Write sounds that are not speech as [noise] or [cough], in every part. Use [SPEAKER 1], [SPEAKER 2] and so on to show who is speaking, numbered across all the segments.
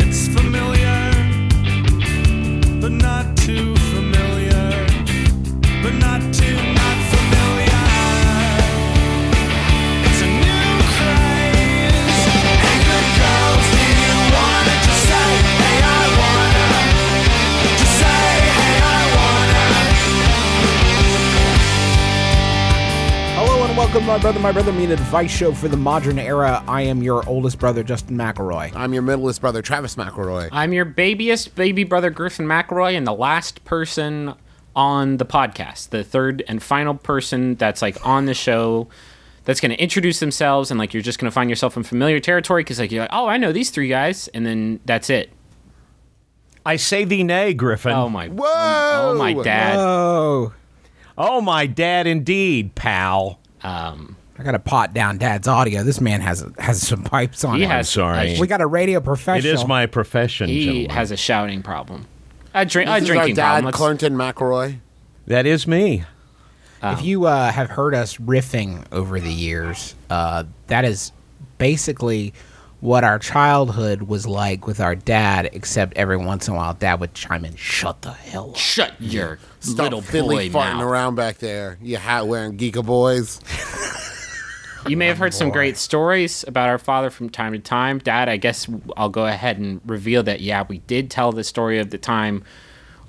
[SPEAKER 1] It's familiar, but not too familiar, but not too not familiar. It's a new craze. Hey, good girls, do you wanna just say, hey, I wanna? Just say, hey, I wanna.
[SPEAKER 2] Hello and welcome, to my brother, my brother, me, an advice show for the modern era. I am your oldest brother, Justin McElroy.
[SPEAKER 3] I'm your middleest brother, Travis McElroy.
[SPEAKER 4] I'm your babyest baby brother, Griffin McElroy, and the last person on the podcast, the third and final person that's like on the show that's going to introduce themselves. And like, you're just going to find yourself in familiar territory because like, you're like, oh, I know these three guys. And then that's it.
[SPEAKER 5] I say thee nay, Griffin.
[SPEAKER 4] Oh my.
[SPEAKER 3] Whoa!
[SPEAKER 4] Oh my dad.
[SPEAKER 2] Oh,
[SPEAKER 5] Oh, my dad, indeed, pal.
[SPEAKER 2] I got to pot down Dad's audio. This man has has some pipes on.
[SPEAKER 4] He
[SPEAKER 2] him.
[SPEAKER 4] has.
[SPEAKER 5] sorry.
[SPEAKER 4] a-
[SPEAKER 2] We got a radio professional.
[SPEAKER 5] It is my profession.
[SPEAKER 4] he
[SPEAKER 5] gentlemen.
[SPEAKER 4] has a shouting problem. A drink.
[SPEAKER 3] This
[SPEAKER 4] a
[SPEAKER 3] is
[SPEAKER 4] drinking
[SPEAKER 3] our
[SPEAKER 4] problem.
[SPEAKER 3] dad,
[SPEAKER 4] Let's-
[SPEAKER 3] Clarnton McElroy.
[SPEAKER 5] that is me.
[SPEAKER 2] If you uh, have heard us riffing over the years, uh, that is basically what our childhood was like with our dad. Except every once in a while, Dad would chime in, "Shut the hell up."
[SPEAKER 4] Shut your
[SPEAKER 3] Stop
[SPEAKER 4] little
[SPEAKER 3] fiddly
[SPEAKER 4] boy
[SPEAKER 3] farting
[SPEAKER 4] mouth.
[SPEAKER 3] around back there. You hat wearing geeka boys.
[SPEAKER 4] You may have heard some great stories about our father from time to time. Dad, I guess I'll go ahead and reveal that, yeah, we did tell the story of the time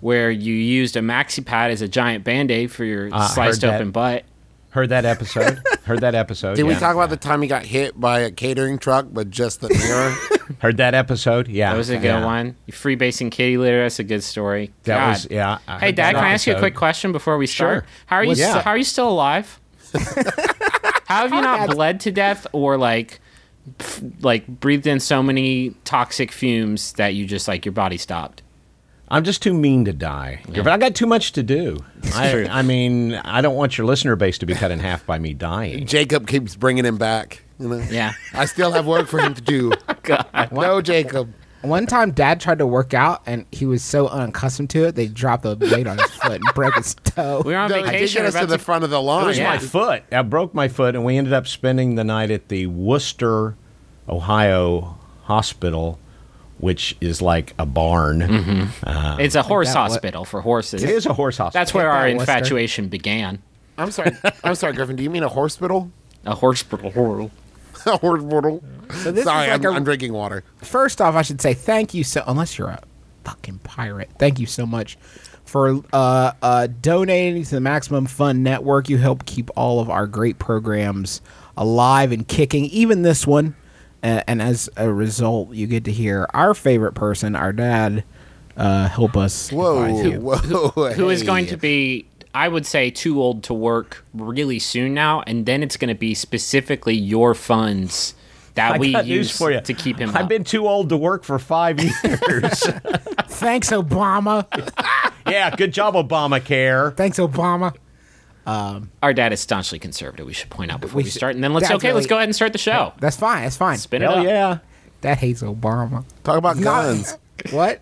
[SPEAKER 4] where you used a maxi pad as a giant band aid for your sliced
[SPEAKER 5] heard that.
[SPEAKER 4] open butt.
[SPEAKER 5] Heard
[SPEAKER 4] [laughs]
[SPEAKER 5] that episode? Heard that episode?
[SPEAKER 3] Did we
[SPEAKER 5] yeah.
[SPEAKER 3] talk about the time he got hit by a catering truck, but just the mirror?
[SPEAKER 5] Heard that episode? Yeah.
[SPEAKER 4] That was a good
[SPEAKER 5] yeah.
[SPEAKER 4] one. You freebasing kitty litter, that's a good story.
[SPEAKER 5] That
[SPEAKER 4] God.
[SPEAKER 5] was yeah. I
[SPEAKER 4] Hey,
[SPEAKER 5] heard
[SPEAKER 4] Dad,
[SPEAKER 5] that
[SPEAKER 4] can I ask you a
[SPEAKER 5] episode.
[SPEAKER 4] quick question before we start?
[SPEAKER 5] Sure.
[SPEAKER 4] How are you?
[SPEAKER 5] What's-
[SPEAKER 4] st-
[SPEAKER 5] Yeah.
[SPEAKER 4] how are you still
[SPEAKER 5] [laughs]
[SPEAKER 4] alive? how have you not bled to death or like, pff, like breathed in so many toxic fumes that you just like your body stopped?
[SPEAKER 5] I'm just too mean to die. I got too much to do. I, I mean, I don't want your listener base to be cut in half by
[SPEAKER 4] [laughs]
[SPEAKER 5] me dying.
[SPEAKER 3] Jacob keeps bringing him back. You know?
[SPEAKER 4] Yeah.
[SPEAKER 3] I still have work for him to do. No, Jacob.
[SPEAKER 2] One time, Dad tried to work out, and he was so unaccustomed to it, they dropped a blade on his foot and broke his toe.
[SPEAKER 4] We were on
[SPEAKER 3] No, he did
[SPEAKER 4] vacation.
[SPEAKER 3] get us
[SPEAKER 4] we're
[SPEAKER 3] to
[SPEAKER 4] about
[SPEAKER 3] the
[SPEAKER 4] to-
[SPEAKER 3] front of the line.
[SPEAKER 4] was
[SPEAKER 5] My
[SPEAKER 4] Yeah.
[SPEAKER 5] [laughs] foot. I broke my foot, and we ended up spending the night at the Worcester, Ohio hospital, which is like a barn.
[SPEAKER 4] Mm-hmm. It's a horse
[SPEAKER 2] that what-
[SPEAKER 4] hospital for horses.
[SPEAKER 5] It is a horse hospital.
[SPEAKER 4] That's where
[SPEAKER 2] Get
[SPEAKER 4] our
[SPEAKER 2] that, Lester.
[SPEAKER 4] infatuation began.
[SPEAKER 3] I'm sorry. I'm sorry, Griffin. Do you mean a hospital?
[SPEAKER 4] A horse hospital.
[SPEAKER 3] [laughs] a hospital?
[SPEAKER 2] this is
[SPEAKER 3] sorry,
[SPEAKER 2] like
[SPEAKER 3] I'm,
[SPEAKER 2] a-
[SPEAKER 3] I'm drinking water.
[SPEAKER 2] first off, I should say thank you so. Unless you're a fucking pirate, thank you so much for uh, uh, donating to the Maximum Fun Network. You help keep all of our great programs alive and kicking, even this one. Uh, and as a result, you get to hear our favorite person, our dad, uh, help us.
[SPEAKER 3] Whoa,
[SPEAKER 2] advise you.
[SPEAKER 3] whoa.
[SPEAKER 4] Who is going
[SPEAKER 3] hey.
[SPEAKER 4] to be, I would say, too old to work really soon now, and then it's going to be specifically your funds that
[SPEAKER 5] I
[SPEAKER 4] we
[SPEAKER 5] got news
[SPEAKER 4] use
[SPEAKER 5] for you.
[SPEAKER 4] to keep him.
[SPEAKER 5] I've
[SPEAKER 4] up.
[SPEAKER 5] been too old to work
[SPEAKER 4] [laughs]
[SPEAKER 5] for five years. [laughs]
[SPEAKER 2] Thanks, Obama.
[SPEAKER 5] yeah, good job, Obamacare.
[SPEAKER 2] Thanks, Obama.
[SPEAKER 4] Our dad is staunchly conservative. We should point out before we,
[SPEAKER 2] should-
[SPEAKER 4] start, and then let's
[SPEAKER 2] Dad's
[SPEAKER 4] okay, let's
[SPEAKER 2] really-
[SPEAKER 4] go ahead and start the show.
[SPEAKER 2] That's fine. That's fine.
[SPEAKER 4] Spin it
[SPEAKER 5] Hell
[SPEAKER 4] up.
[SPEAKER 5] yeah.
[SPEAKER 2] That hates Obama.
[SPEAKER 3] Talk about
[SPEAKER 2] Not-
[SPEAKER 3] guns.
[SPEAKER 2] [laughs] What?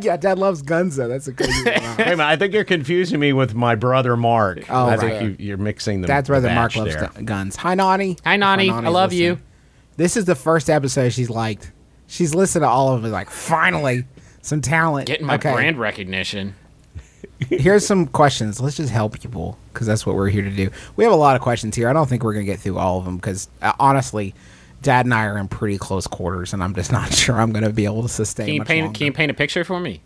[SPEAKER 2] yeah, Dad loves guns though. That's a
[SPEAKER 4] [laughs]
[SPEAKER 2] crazy.
[SPEAKER 5] Wait a minute, I think you're confusing me with my brother Mark.
[SPEAKER 2] Oh,
[SPEAKER 5] I
[SPEAKER 2] right.
[SPEAKER 5] think you, you're mixing them.
[SPEAKER 2] Dad's
[SPEAKER 5] the
[SPEAKER 2] brother Mark
[SPEAKER 5] batch
[SPEAKER 2] loves
[SPEAKER 5] there.
[SPEAKER 2] gu- guns. Hi, Nani.
[SPEAKER 4] Hi,
[SPEAKER 2] If
[SPEAKER 4] Nani.
[SPEAKER 2] Nani's
[SPEAKER 4] I love you.
[SPEAKER 2] This is the first episode she's liked. She's listened to all of it. Like, finally, some talent.
[SPEAKER 4] Getting my
[SPEAKER 2] Okay,
[SPEAKER 4] brand [laughs] recognition.
[SPEAKER 2] Here's some questions. Let's just help people because that's what we're here to do. We have a lot of questions here. I don't think we're gonna get through all of them because uh, honestly, Dad and I are in pretty close quarters, and I'm just [laughs] not sure I'm gonna be able to sustain.
[SPEAKER 4] Can you
[SPEAKER 2] much
[SPEAKER 4] paint?
[SPEAKER 2] longer.
[SPEAKER 4] Can you paint a picture for me?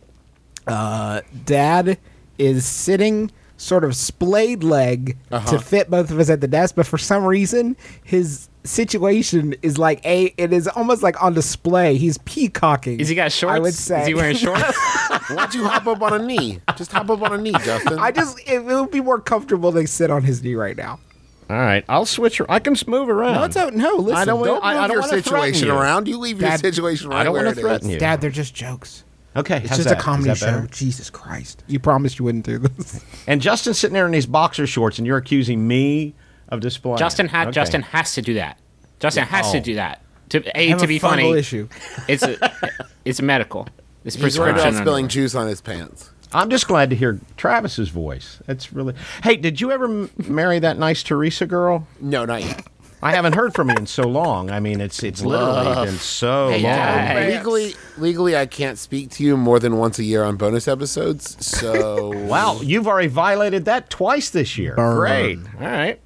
[SPEAKER 2] Dad is sitting sort of splayed leg to fit both of us at the desk, but for some reason his situation is like a it is almost like on display. He's peacocking.
[SPEAKER 4] Is he got shorts?
[SPEAKER 2] I would say
[SPEAKER 4] Is he wearing shorts?
[SPEAKER 3] Why don't you hop up on a knee? Just hop up on a knee,
[SPEAKER 2] [laughs]
[SPEAKER 3] Justin.
[SPEAKER 2] I just it, it would be more comfortable to sit on his knee right now.
[SPEAKER 5] All right, I'll switch. ar- I can s- move around.
[SPEAKER 2] No, it's out. No, listen.
[SPEAKER 5] I don't wanna-
[SPEAKER 3] don't move
[SPEAKER 5] I don't
[SPEAKER 3] your
[SPEAKER 5] wanna threaten
[SPEAKER 3] situation
[SPEAKER 5] you.
[SPEAKER 3] around. You leave your
[SPEAKER 2] Dad,
[SPEAKER 3] situation right
[SPEAKER 5] I don't
[SPEAKER 3] where
[SPEAKER 5] want
[SPEAKER 3] it
[SPEAKER 5] to
[SPEAKER 3] is.
[SPEAKER 5] threaten you.
[SPEAKER 2] Dad, they're just jokes.
[SPEAKER 5] Okay,
[SPEAKER 2] It's
[SPEAKER 5] how's
[SPEAKER 2] just
[SPEAKER 5] that?
[SPEAKER 2] a
[SPEAKER 5] Is
[SPEAKER 2] comedy
[SPEAKER 5] that
[SPEAKER 2] show.
[SPEAKER 5] better?
[SPEAKER 2] Jesus Christ! You promised you wouldn't do this.
[SPEAKER 5] And Justin's sitting there in these boxer shorts, and you're accusing me of display.
[SPEAKER 4] Justin ha-
[SPEAKER 5] Okay.
[SPEAKER 4] Justin has to do that. Justin has to
[SPEAKER 5] Oh.
[SPEAKER 4] do that. To a
[SPEAKER 2] I have
[SPEAKER 4] to
[SPEAKER 2] a
[SPEAKER 4] be
[SPEAKER 2] fungal
[SPEAKER 4] funny,
[SPEAKER 2] issue.
[SPEAKER 4] [laughs] it's a, it's medical. It's
[SPEAKER 3] He's worried
[SPEAKER 4] prescription.
[SPEAKER 3] about
[SPEAKER 4] underwear.
[SPEAKER 3] spilling juice on his pants.
[SPEAKER 5] I'm just glad to hear Travis's voice. That's really. Hey, did you ever m- marry that nice Teresa girl?
[SPEAKER 3] No, not yet.
[SPEAKER 5] I haven't heard from you in so long. I mean, it's it's literally been so long.
[SPEAKER 4] yeah. Hey.
[SPEAKER 3] Legally, legally, I can't speak to you more than once a year on bonus episodes. So
[SPEAKER 5] Wow, you've already violated that twice this year.
[SPEAKER 2] Burn.
[SPEAKER 5] Great. All right.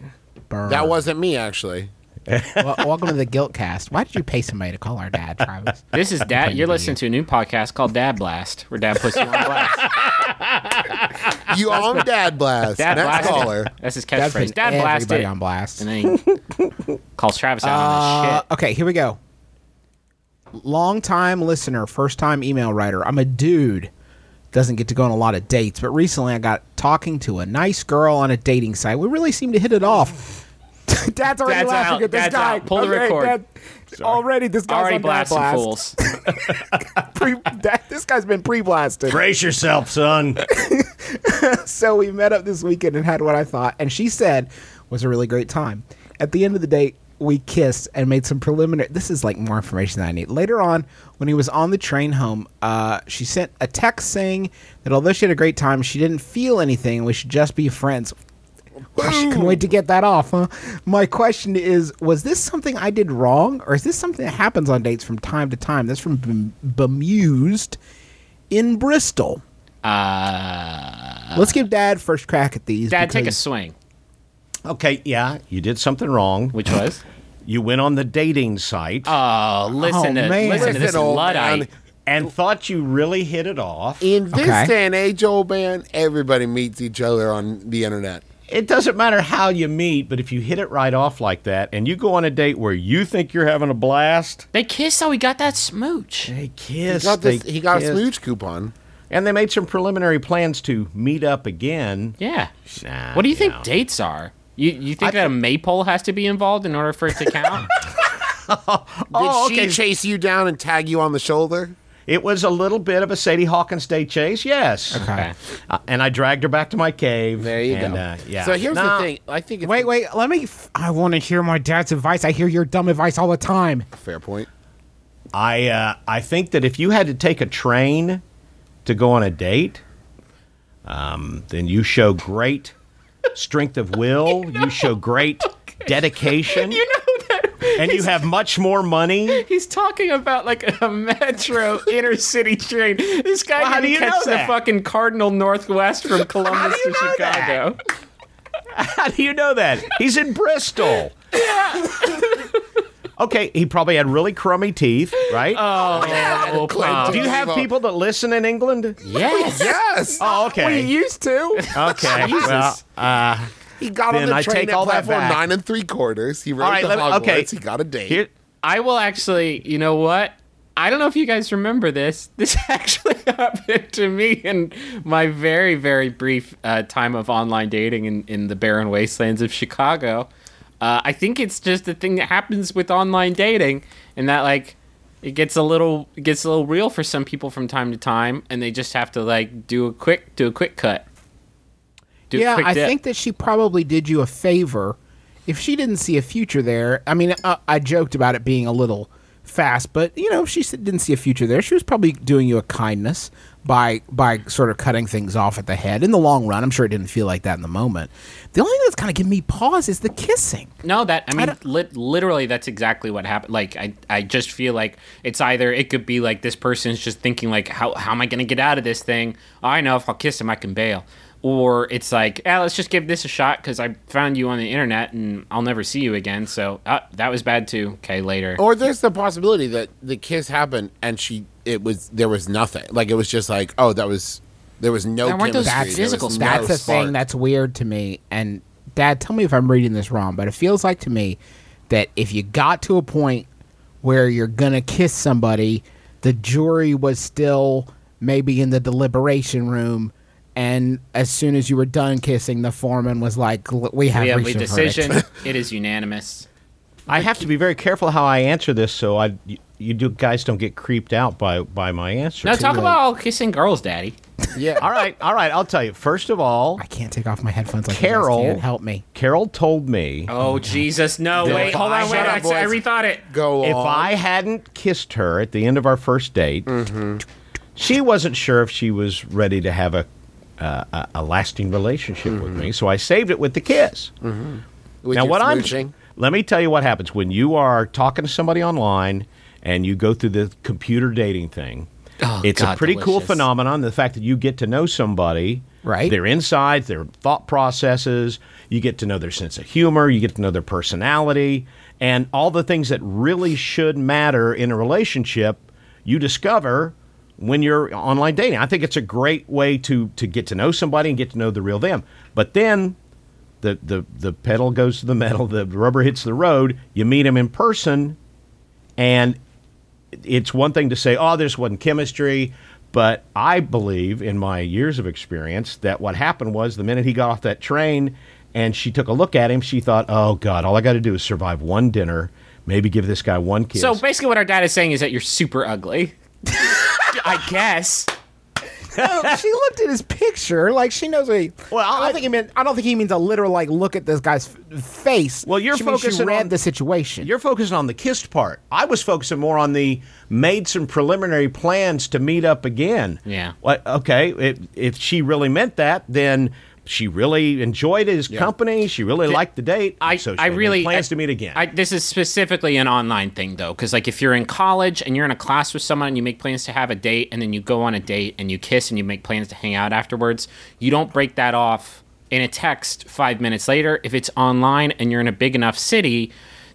[SPEAKER 2] Burn.
[SPEAKER 3] that wasn't me actually.
[SPEAKER 2] Wel- welcome to the guilt cast. Why did you pay somebody to call our dad, Travis? [laughs]
[SPEAKER 4] This is Dad. You're listening to a new podcast called Dad Blast, where Dad puts you on blast.
[SPEAKER 3] You on Dad Blast?
[SPEAKER 4] Dad
[SPEAKER 3] Next
[SPEAKER 4] Blast.
[SPEAKER 3] caller.
[SPEAKER 2] [laughs]
[SPEAKER 4] That's his
[SPEAKER 2] That's
[SPEAKER 4] catchphrase.
[SPEAKER 2] putting
[SPEAKER 4] Dad Blast
[SPEAKER 2] everybody
[SPEAKER 4] it.
[SPEAKER 2] on blast.
[SPEAKER 4] And then he
[SPEAKER 2] [laughs]
[SPEAKER 4] calls Travis out on his
[SPEAKER 2] Uh,
[SPEAKER 4] shit.
[SPEAKER 2] okay, here we go. Long time listener, first time email writer. I'm a dude. Doesn't get to go on a lot of dates, but recently I got talking to a nice girl on a dating site. We really seemed to hit it off. [laughs] Dad's already
[SPEAKER 4] Dad's
[SPEAKER 2] laughing
[SPEAKER 4] out,
[SPEAKER 2] at this
[SPEAKER 4] Dad's
[SPEAKER 2] guy.
[SPEAKER 4] out. Pull the record.
[SPEAKER 2] already, this guy's
[SPEAKER 4] Already
[SPEAKER 2] on dad
[SPEAKER 4] blasting
[SPEAKER 2] blast. [laughs]
[SPEAKER 4] fools.
[SPEAKER 2] Pre- [laughs] dad, this guy's been pre-blasted.
[SPEAKER 5] Brace yourself, son.
[SPEAKER 2] so we met up this weekend and had what I thought, and she said was a really great time. At the end of the day, we kissed and made some preliminary. This is like more information that I need. Later on, when he was on the train home, uh, she sent a text saying that although she had a great time, she didn't feel anything. We should just be friends. Gosh, I couldn't wait to get that off, huh? My question is Was this something I did wrong, or is this something that happens on dates from time to time? That's from Bem- Bemused in Bristol. Let's give Dad first crack at these.
[SPEAKER 4] Uh, Dad, take a
[SPEAKER 2] because-
[SPEAKER 4] swing.
[SPEAKER 5] okay, yeah, you did something wrong.
[SPEAKER 4] Which was?
[SPEAKER 5] You went on the dating site
[SPEAKER 4] Oh, listen
[SPEAKER 2] Oh,
[SPEAKER 4] to
[SPEAKER 2] man.
[SPEAKER 4] listen to this
[SPEAKER 3] Listen, old
[SPEAKER 4] luddite.
[SPEAKER 3] man.
[SPEAKER 5] and thought you really hit it off.
[SPEAKER 3] In this
[SPEAKER 2] Okay.
[SPEAKER 3] day and age, old man, everybody meets each other on the internet.
[SPEAKER 5] It doesn't matter how you meet, but if you hit it right off like that and you go on a date where you think you're having a blast,
[SPEAKER 4] They kissed how he got that smooch.
[SPEAKER 5] they
[SPEAKER 3] He
[SPEAKER 5] kissed.
[SPEAKER 3] got this.
[SPEAKER 5] they
[SPEAKER 3] He got a
[SPEAKER 5] kissed.
[SPEAKER 3] smooch coupon.
[SPEAKER 5] And they made some preliminary plans to meet up again.
[SPEAKER 4] Yeah.
[SPEAKER 5] Nah,
[SPEAKER 4] What do you think
[SPEAKER 5] no.
[SPEAKER 4] dates are? You you think that a maypole has to be involved in order for it [laughs] to count?
[SPEAKER 3] Did
[SPEAKER 5] Oh,
[SPEAKER 3] she
[SPEAKER 5] okay.
[SPEAKER 3] chase you down and tag you on the shoulder?
[SPEAKER 5] It was a little bit of a Sadie Hawkins day chase, yes.
[SPEAKER 4] okay.
[SPEAKER 5] Uh, and I dragged her back to my cave.
[SPEAKER 3] There you
[SPEAKER 5] and,
[SPEAKER 3] go.
[SPEAKER 5] uh, yeah.
[SPEAKER 3] So here's
[SPEAKER 5] Nah,
[SPEAKER 3] the thing. I think it's
[SPEAKER 2] Wait, wait. Let me. F- I want to hear my dad's advice. I hear your dumb advice all the time.
[SPEAKER 3] Fair point.
[SPEAKER 5] I uh, I think that if you had to take a train to go on a date, um, then you show great strength
[SPEAKER 3] [laughs]
[SPEAKER 5] of will. You show great dedication. You know that. And you have much
[SPEAKER 3] [laughs]
[SPEAKER 5] more money.
[SPEAKER 4] He's talking about like a [laughs] metro inner city train. This guy
[SPEAKER 5] Well, how do
[SPEAKER 4] didn't
[SPEAKER 5] you
[SPEAKER 4] catch
[SPEAKER 5] know
[SPEAKER 4] the
[SPEAKER 5] that?
[SPEAKER 4] fucking Cardinal Northwest from Columbus
[SPEAKER 5] do
[SPEAKER 4] to
[SPEAKER 5] you know that?
[SPEAKER 4] Chicago.
[SPEAKER 5] How do you know that? He's in Bristol. Yeah.
[SPEAKER 3] [laughs]
[SPEAKER 5] okay, he probably had really crummy teeth, right?
[SPEAKER 4] Oh, Bob.
[SPEAKER 5] do you have
[SPEAKER 3] unbelievable.
[SPEAKER 5] people that listen in England?
[SPEAKER 4] Yes.
[SPEAKER 3] Yes,
[SPEAKER 5] Oh, okay.
[SPEAKER 3] used
[SPEAKER 4] [laughs]
[SPEAKER 3] to.
[SPEAKER 5] [laughs] okay. Well,
[SPEAKER 3] He got
[SPEAKER 5] Then
[SPEAKER 3] on the
[SPEAKER 5] I
[SPEAKER 3] train
[SPEAKER 5] take
[SPEAKER 3] at
[SPEAKER 5] all that
[SPEAKER 3] platform
[SPEAKER 5] back.
[SPEAKER 3] nine and three quarters. He rode
[SPEAKER 5] All right,
[SPEAKER 3] to
[SPEAKER 5] let me-
[SPEAKER 3] Hogwarts.
[SPEAKER 5] okay.
[SPEAKER 3] He got a date.
[SPEAKER 5] here,
[SPEAKER 4] I will actually, you know what? I don't know if you guys remember this. [laughs] This actually happened to me in my very, very brief uh, time of online dating in, in the barren wastelands of Chicago. Uh, I think it's just a thing that happens with online dating, and that like it gets a little it gets a little real for some people from time to time, and they just have to like do a quick do a quick cut. Do a
[SPEAKER 2] yeah,
[SPEAKER 4] quick
[SPEAKER 2] I
[SPEAKER 4] dip.
[SPEAKER 2] think that she probably did you a favor. If she didn't see a future there, I mean, uh, I joked about it being a little fast, but you know, if she s- didn't see a future there, she was probably doing you a kindness by by sort of cutting things off at the head. In the long run, I'm sure it didn't feel like that in the moment. The only thing that's kind of giving me pause is the kissing.
[SPEAKER 4] No, that I mean,
[SPEAKER 2] don't-
[SPEAKER 4] lit literally, that's exactly what happened. Like, I, I just feel like it's either it could be like this person's just thinking like, how, how am I going to get out of this thing? Oh, I know if I'll kiss him, I can bail. Or it's like, yeah, let's just give this a shot because I found you on the internet and I'll never see you again. So uh, that was bad too. Okay, later.
[SPEAKER 3] Or there's the possibility that the kiss happened and she it was there was nothing. Like it was just like, oh, that was there was no
[SPEAKER 4] There weren't those
[SPEAKER 3] chemistry. There
[SPEAKER 4] physical
[SPEAKER 3] was no
[SPEAKER 4] sparks.
[SPEAKER 2] That's a
[SPEAKER 3] spark.
[SPEAKER 2] thing that's weird to me. And Dad, tell me if I'm reading this wrong, but it feels like to me that if you got to a point where you're gonna kiss somebody, the jury was still maybe in the deliberation room, and as soon as you were done kissing, the foreman was like, "L- "We have,
[SPEAKER 4] we have a
[SPEAKER 2] reached a
[SPEAKER 3] [laughs]
[SPEAKER 4] decision.
[SPEAKER 2] verdict."
[SPEAKER 4] it is unanimous.
[SPEAKER 5] I have to be very careful how I answer this, so I you, you do, guys don't get creeped out by by my answer.
[SPEAKER 4] Now talk about kissing girls, Daddy.
[SPEAKER 3] Yeah.
[SPEAKER 5] All right, all right. I'll tell you. First of all,
[SPEAKER 2] [laughs] I can't take off my headphones. Like
[SPEAKER 5] Carol-
[SPEAKER 2] Carol, can't help me.
[SPEAKER 5] Carol told me
[SPEAKER 4] Oh Jesus! No, wait, hold on, wait.
[SPEAKER 3] Shut
[SPEAKER 4] I,
[SPEAKER 3] up,
[SPEAKER 4] I
[SPEAKER 3] boys.
[SPEAKER 4] rethought it.
[SPEAKER 3] Go on.
[SPEAKER 5] if I hadn't kissed her at the end of our first date,
[SPEAKER 3] Mm-hmm.
[SPEAKER 5] she wasn't sure if she was ready to have a uh, a, a lasting relationship with
[SPEAKER 3] Mm-hmm.
[SPEAKER 5] me. So I saved it with the kiss.
[SPEAKER 3] With
[SPEAKER 5] now
[SPEAKER 3] your
[SPEAKER 5] what
[SPEAKER 3] smooching.
[SPEAKER 5] I'm let me tell you what happens when you are talking to somebody online and you go through the computer dating thing.
[SPEAKER 4] Oh,
[SPEAKER 5] it's
[SPEAKER 4] God,
[SPEAKER 5] a pretty cool
[SPEAKER 4] delicious.
[SPEAKER 5] phenomenon. The fact that you get to know somebody,
[SPEAKER 2] Right.
[SPEAKER 5] Their insides, their thought processes. You get to know their sense of humor. You get to know their personality, and all the things that really should matter in a relationship. You discover when you're online dating. I think it's a great way to to get to know somebody and get to know the real them. But then the the the pedal goes to the metal, the rubber hits the road. You meet them in person, and it's one thing to say, "Oh, this wasn't chemistry," but I believe in my years of experience that what happened was the minute he got off that train and she took a look at him, she thought, "Oh God, all I got to do is survive one dinner, maybe give this guy one kiss."
[SPEAKER 4] So basically, what our dad is saying is that you're super ugly.
[SPEAKER 5] [laughs]
[SPEAKER 4] I guess.
[SPEAKER 2] Oh, she looked at his picture like she knows what he.
[SPEAKER 5] Well,
[SPEAKER 2] I,
[SPEAKER 5] I-
[SPEAKER 2] don't think he meant. I don't think he means a literal like look at this guy's f- face.
[SPEAKER 5] Well, you're
[SPEAKER 2] she means she
[SPEAKER 5] focusing
[SPEAKER 2] read
[SPEAKER 5] on-
[SPEAKER 2] the situation.
[SPEAKER 5] You're focusing on the kissed part. I was focusing more on the made some preliminary plans to meet up again.
[SPEAKER 4] Yeah.
[SPEAKER 5] What? Okay. If if she really meant that, then she really enjoyed his company. She really liked the date.
[SPEAKER 4] I,
[SPEAKER 5] so she
[SPEAKER 4] I
[SPEAKER 5] made
[SPEAKER 4] really I-
[SPEAKER 5] plans to meet again.
[SPEAKER 4] I, this is specifically an online thing though, because like if you're in college and you're in a class with someone and you make plans to have a date and then you go on a date and you kiss and you make plans to hang out afterwards, you don't break that off in a text five minutes later. If it's online and you're in a big enough city,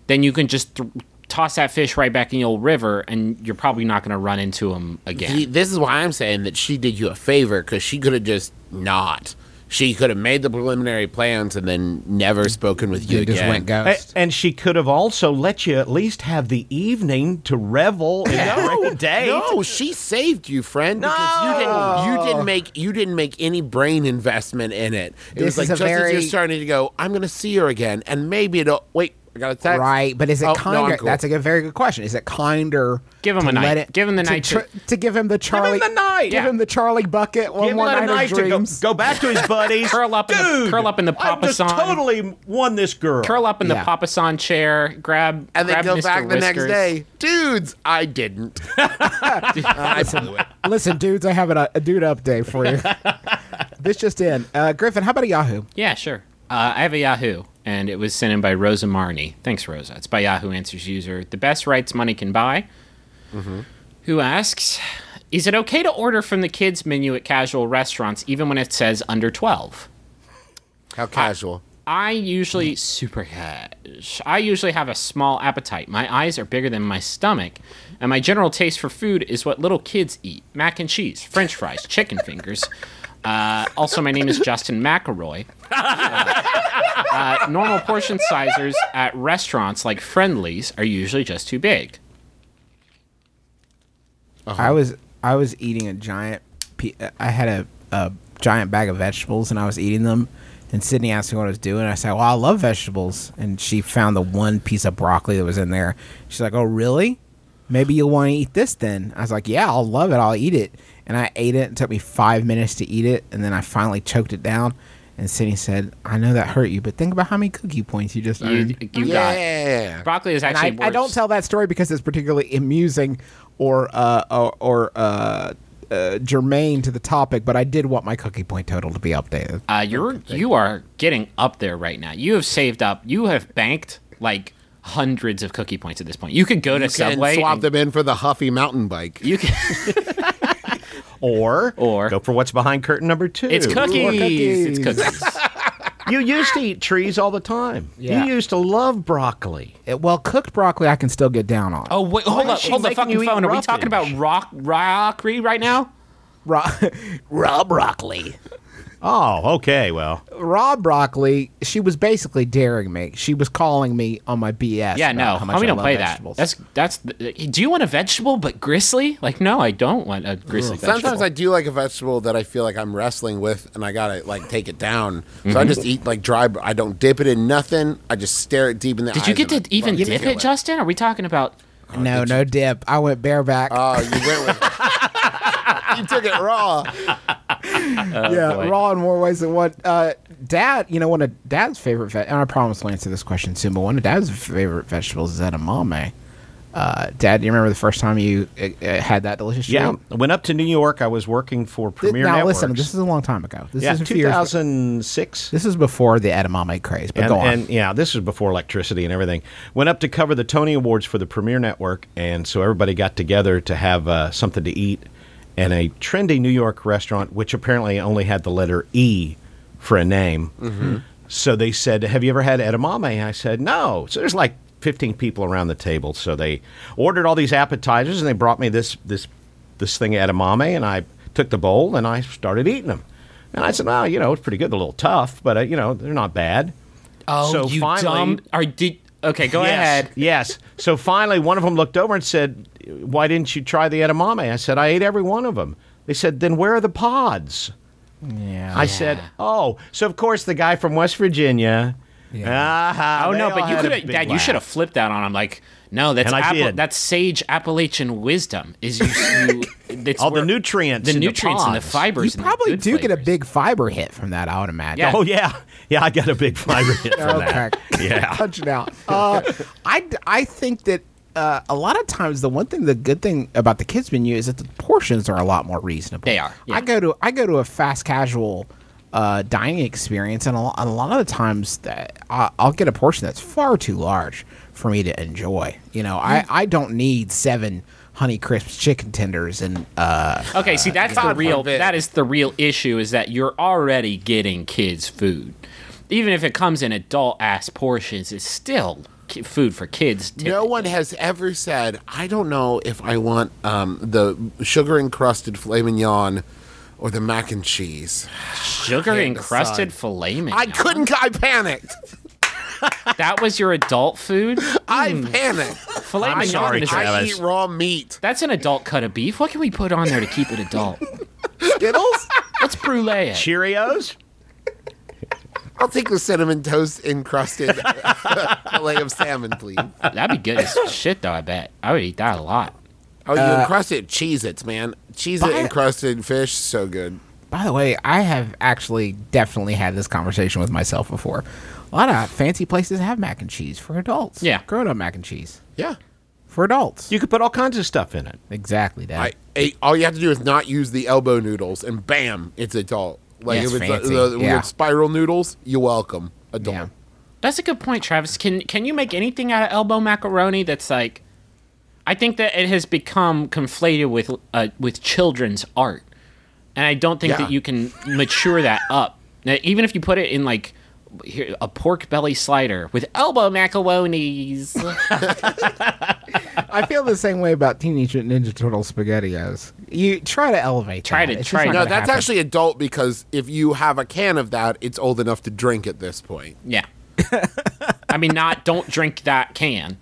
[SPEAKER 4] then you can just th- toss that fish right back in the old river and you're probably not going to run into him again.
[SPEAKER 3] See, this is why I'm saying that she did you a favor because she could have just not. She could have made the preliminary plans and then never spoken with you
[SPEAKER 2] It
[SPEAKER 3] again.
[SPEAKER 2] just went
[SPEAKER 5] A-
[SPEAKER 2] ghost.
[SPEAKER 5] and she could have also let you at least have the evening to revel in no, the date.
[SPEAKER 3] No, she saved you, friend. Because you didn't. You didn't make. You didn't make any brain investment in it. It
[SPEAKER 2] This
[SPEAKER 3] was like
[SPEAKER 2] is a
[SPEAKER 3] just as you're
[SPEAKER 2] very-
[SPEAKER 3] starting to go. I'm going to see her again, and maybe it'll. Wait, I got a text.
[SPEAKER 2] Right, but is it
[SPEAKER 3] Oh, no,
[SPEAKER 2] kinder?
[SPEAKER 3] I'm cool.
[SPEAKER 2] That's a good- very good question. Is it kinder?
[SPEAKER 4] Give him
[SPEAKER 2] to
[SPEAKER 4] a night.
[SPEAKER 2] let it-
[SPEAKER 4] Give him the
[SPEAKER 2] to
[SPEAKER 4] night to-
[SPEAKER 2] tr- to give him the Charlie.
[SPEAKER 5] the night,
[SPEAKER 2] Give
[SPEAKER 4] yeah.
[SPEAKER 2] him the Charlie bucket. One
[SPEAKER 5] Give
[SPEAKER 2] more
[SPEAKER 5] him
[SPEAKER 2] night,
[SPEAKER 5] a night
[SPEAKER 2] of
[SPEAKER 5] to go,
[SPEAKER 2] dreams.
[SPEAKER 5] go back to his [laughs] buddies.
[SPEAKER 4] Curl up in the-
[SPEAKER 5] Dude,
[SPEAKER 4] curl up in the
[SPEAKER 5] I've just
[SPEAKER 4] papasan.
[SPEAKER 5] totally won this girl.
[SPEAKER 4] Curl up in the
[SPEAKER 2] Yeah.
[SPEAKER 4] Papa San chair, grab
[SPEAKER 3] And then
[SPEAKER 4] grab
[SPEAKER 3] go
[SPEAKER 4] Mr.
[SPEAKER 3] back the next
[SPEAKER 4] Whiskers.
[SPEAKER 3] day, dudes. I didn't.
[SPEAKER 2] [laughs] Uh,
[SPEAKER 3] I blew it.
[SPEAKER 2] Listen, dudes, I have an, a dude update for
[SPEAKER 5] [laughs]
[SPEAKER 2] you. this just in, uh, Griffin. How about a Yahoo?
[SPEAKER 4] Yeah, sure. Uh, I have a Yahoo, and it was sent in by Rosa Marnie. Thanks, Rosa. It's by Yahoo Answers user. The best rights money can buy. Who asks, is it okay to order from the kids menu at casual restaurants even when it says under 12?
[SPEAKER 3] How casual.
[SPEAKER 4] I usually super cash. I usually have a small appetite. My eyes are bigger than my stomach, and my general taste for food is what little kids eat: mac and cheese, French fries, chicken fingers. Uh, also, my name is Justin McElroy. Uh, uh, normal portion sizers at restaurants like Friendlies are usually just too big.
[SPEAKER 2] I was I was eating a giant. Pe- I had a, a giant bag of vegetables, and I was eating them. And Sydney asked me what I was doing. I said, "Well, I love vegetables." And she found the one piece of broccoli that was in there. She's like, "Oh, really? Maybe you'll want to eat this then." I was like, "Yeah, I'll love it. I'll eat it." And I ate it. It took me five minutes to eat it, and then I finally choked it down. And Sydney said, "I know that hurt you, but think about how many cookie points you just
[SPEAKER 4] You,
[SPEAKER 2] earned."
[SPEAKER 4] you
[SPEAKER 3] Yeah.
[SPEAKER 4] got broccoli is
[SPEAKER 2] And
[SPEAKER 4] actually.
[SPEAKER 2] I, I don't
[SPEAKER 4] worse.
[SPEAKER 2] tell that story because it's particularly amusing or uh, or, or uh, uh, germane to the topic, but I did want my cookie point total to be updated.
[SPEAKER 4] Uh, you're you are getting up there right now. You have saved up. You have banked like hundreds of cookie points at this point. You could go to Subway.
[SPEAKER 3] and swap
[SPEAKER 4] and
[SPEAKER 3] them in for the Huffy mountain bike.
[SPEAKER 4] You can.
[SPEAKER 5] or
[SPEAKER 4] Or-
[SPEAKER 5] go for what's behind curtain number two.
[SPEAKER 4] It's cookies.
[SPEAKER 2] cookies.
[SPEAKER 4] It's cookies.
[SPEAKER 5] You used to eat trees all the time.
[SPEAKER 2] Yeah.
[SPEAKER 5] You used to love broccoli.
[SPEAKER 2] Uh, well, cooked broccoli I can still get down on.
[SPEAKER 4] oh wait, hold
[SPEAKER 5] is
[SPEAKER 4] up,
[SPEAKER 5] she
[SPEAKER 4] hold the
[SPEAKER 5] making
[SPEAKER 4] fucking
[SPEAKER 5] you eat
[SPEAKER 4] phone. Are we
[SPEAKER 5] roughage?
[SPEAKER 4] talking about rock rockery right now?
[SPEAKER 2] [laughs] raw, raw broccoli.
[SPEAKER 5] Oh, okay. Well,
[SPEAKER 2] Raw broccoli. She was basically daring me. She was calling me on my BS.
[SPEAKER 4] Yeah,
[SPEAKER 2] about
[SPEAKER 4] no.
[SPEAKER 2] how
[SPEAKER 4] How
[SPEAKER 2] much
[SPEAKER 4] we
[SPEAKER 2] I
[SPEAKER 4] don't
[SPEAKER 2] love
[SPEAKER 4] play
[SPEAKER 2] vegetables.
[SPEAKER 4] that. That's that's. The, do you want a vegetable but gristly? Like no, I don't want a gristly. vegetable.
[SPEAKER 3] Sometimes I do like a vegetable that I feel like I'm wrestling with, and I gotta like take it down. So
[SPEAKER 4] Mm-hmm.
[SPEAKER 3] I just eat like dry. I don't dip it in nothing. I just stare it deep in the.
[SPEAKER 4] Did you
[SPEAKER 3] eyes
[SPEAKER 4] get to
[SPEAKER 3] and I
[SPEAKER 4] even
[SPEAKER 3] fucking
[SPEAKER 4] dip
[SPEAKER 3] kill
[SPEAKER 4] it, Justin? Are we talking about?
[SPEAKER 2] no, no
[SPEAKER 3] Uh,
[SPEAKER 2] dip. I went bareback.
[SPEAKER 4] [laughs]
[SPEAKER 3] Oh, you went with. it. you took it raw.
[SPEAKER 2] yeah,
[SPEAKER 4] boy.
[SPEAKER 2] raw in more ways than one. Uh, dad, you know, one of dad's favorite, ve- and I promise we'll answer this question soon, but one of dad's favorite vegetables is edamame. Uh, dad, do you remember the first time you uh, uh, had that delicious
[SPEAKER 5] Yeah,
[SPEAKER 2] treat?
[SPEAKER 5] I went up to New York. I was working for
[SPEAKER 2] Th-
[SPEAKER 5] Premier
[SPEAKER 2] now,
[SPEAKER 5] Networks.
[SPEAKER 2] listen, this is a long time ago. This
[SPEAKER 5] yeah,
[SPEAKER 2] is a few years-
[SPEAKER 5] 2006.
[SPEAKER 2] This is before the edamame craze, but
[SPEAKER 5] and,
[SPEAKER 2] go on.
[SPEAKER 5] and, yeah, this was before electricity and everything. Went up to cover the Tony Awards for the Premier Network, and so everybody got together to have uh, something to eat in a trendy New York restaurant, which apparently only had the letter E for a name.
[SPEAKER 2] Mm-hmm.
[SPEAKER 5] So they said, "Have you ever had edamame?" I said, "No." So there's like 15 people around the table. So they ordered all these appetizers, and they brought me this this this thing of edamame, and I took the bowl and I started eating them. And I said, "Well, you know, it's pretty good. They're a little tough, but uh, you know, they're not bad."
[SPEAKER 4] Oh,
[SPEAKER 5] So
[SPEAKER 4] you
[SPEAKER 5] finally-
[SPEAKER 4] dumb. Are, did, okay, go
[SPEAKER 5] yes,
[SPEAKER 4] ahead.
[SPEAKER 5] Yes. So finally, one of them looked over and said, "Why didn't you try the edamame?" I said, "I ate every one of them." They said, "Then where are the pods?"
[SPEAKER 2] yeah.
[SPEAKER 5] I said, "Oh, so of course the guy from West Virginia." Ah,
[SPEAKER 4] Oh
[SPEAKER 5] they
[SPEAKER 4] no,
[SPEAKER 5] all
[SPEAKER 4] but you
[SPEAKER 5] had a
[SPEAKER 4] could have,
[SPEAKER 5] big
[SPEAKER 4] Dad. You
[SPEAKER 5] laugh.
[SPEAKER 4] should have flipped that on him. Like, no, that's
[SPEAKER 5] And I
[SPEAKER 4] Appa-
[SPEAKER 5] did.
[SPEAKER 4] that's sage Appalachian wisdom. Is you,
[SPEAKER 5] [laughs]
[SPEAKER 4] you it's
[SPEAKER 5] All the
[SPEAKER 4] where-
[SPEAKER 5] nutrients
[SPEAKER 4] the
[SPEAKER 5] in the
[SPEAKER 4] nutrients and the
[SPEAKER 5] pods.
[SPEAKER 4] fibers.
[SPEAKER 2] you
[SPEAKER 4] and the
[SPEAKER 2] probably
[SPEAKER 4] good
[SPEAKER 2] do get a
[SPEAKER 4] flavors.
[SPEAKER 2] big fiber hit from that, I would imagine.
[SPEAKER 4] Yeah.
[SPEAKER 5] Oh yeah, yeah. I got a big [laughs] fiber hit
[SPEAKER 4] Oh,
[SPEAKER 5] from
[SPEAKER 2] okay.
[SPEAKER 5] that. Yeah.
[SPEAKER 2] Punch it [laughs] out. Uh, I, I think that uh, a lot of times the one thing, the good thing about the kids menu is that the portions are a lot more reasonable.
[SPEAKER 4] They are, yeah.
[SPEAKER 2] I go to I go to a fast casual uh, dining experience, and a, lo- a lot of the times that I, I'll get a portion that's far too large for me to enjoy. You know,
[SPEAKER 4] Mm.
[SPEAKER 2] I, I don't need seven Honey Crisp chicken tenders and uh,
[SPEAKER 4] Okay, see that's the real
[SPEAKER 3] forbid.
[SPEAKER 4] that is the real issue is that you're already getting kids food. Even if it comes in adult ass portions, it's still ki- food for kids.
[SPEAKER 3] No one has ever said, I don't know if I want um, the sugar encrusted filet mignon or the mac and cheese.
[SPEAKER 4] sugar encrusted
[SPEAKER 3] decide.
[SPEAKER 4] filet mignon.
[SPEAKER 3] I couldn't, I panicked.
[SPEAKER 4] That was your adult food. Hmm.
[SPEAKER 3] I panicked.
[SPEAKER 4] Filet
[SPEAKER 5] I'm
[SPEAKER 4] mignon
[SPEAKER 5] sorry,
[SPEAKER 4] is
[SPEAKER 3] I
[SPEAKER 5] Travis.
[SPEAKER 3] eat raw meat.
[SPEAKER 4] That's an adult cut of beef. What can we put on there to keep it adult?
[SPEAKER 3] Skittles?
[SPEAKER 4] Let's brulee it.
[SPEAKER 5] Cheerios.
[SPEAKER 3] I'll take the cinnamon toast encrusted [laughs] fillet of salmon, please.
[SPEAKER 4] That'd be good as shit, though. I bet I would eat that a lot.
[SPEAKER 3] Oh, you
[SPEAKER 2] Uh,
[SPEAKER 3] encrusted Cheez Its, man. Cheez It
[SPEAKER 2] Buy-
[SPEAKER 3] encrusted fish, so good.
[SPEAKER 2] By the way, I have actually definitely had this conversation with myself before. A lot of fancy places have mac and cheese for adults.
[SPEAKER 4] Yeah.
[SPEAKER 2] Grown up mac and cheese
[SPEAKER 3] Yeah.
[SPEAKER 2] for adults.
[SPEAKER 5] You could put all kinds of stuff in it.
[SPEAKER 2] exactly, Dad.
[SPEAKER 3] I ate, all you have to do is not use the elbow noodles, and bam, it's adult. Like
[SPEAKER 2] Yeah, it's
[SPEAKER 3] if it's
[SPEAKER 2] fancy.
[SPEAKER 3] the, the
[SPEAKER 2] Yeah.
[SPEAKER 3] weird spiral noodles, you're welcome. Adult.
[SPEAKER 2] yeah.
[SPEAKER 4] That's a good point, Travis. Can can you make anything out of elbow macaroni? That's like, I think that it has become conflated with uh, with children's art, and I don't think
[SPEAKER 3] Yeah.
[SPEAKER 4] that you can mature that up. Now, even if you put it in like here, a pork belly slider with elbow macaronis.
[SPEAKER 3] [laughs]
[SPEAKER 2] I feel the same way about Teenage Mutant Ninja Turtle SpaghettiOs. You try to elevate.
[SPEAKER 4] Try
[SPEAKER 2] that.
[SPEAKER 4] to-
[SPEAKER 2] It's just not
[SPEAKER 4] try to-
[SPEAKER 3] No,
[SPEAKER 2] gonna
[SPEAKER 3] that's
[SPEAKER 2] happen.
[SPEAKER 3] actually adult because if you have a can of that, it's old enough to drink at this point.
[SPEAKER 4] yeah, I mean, not don't drink that can.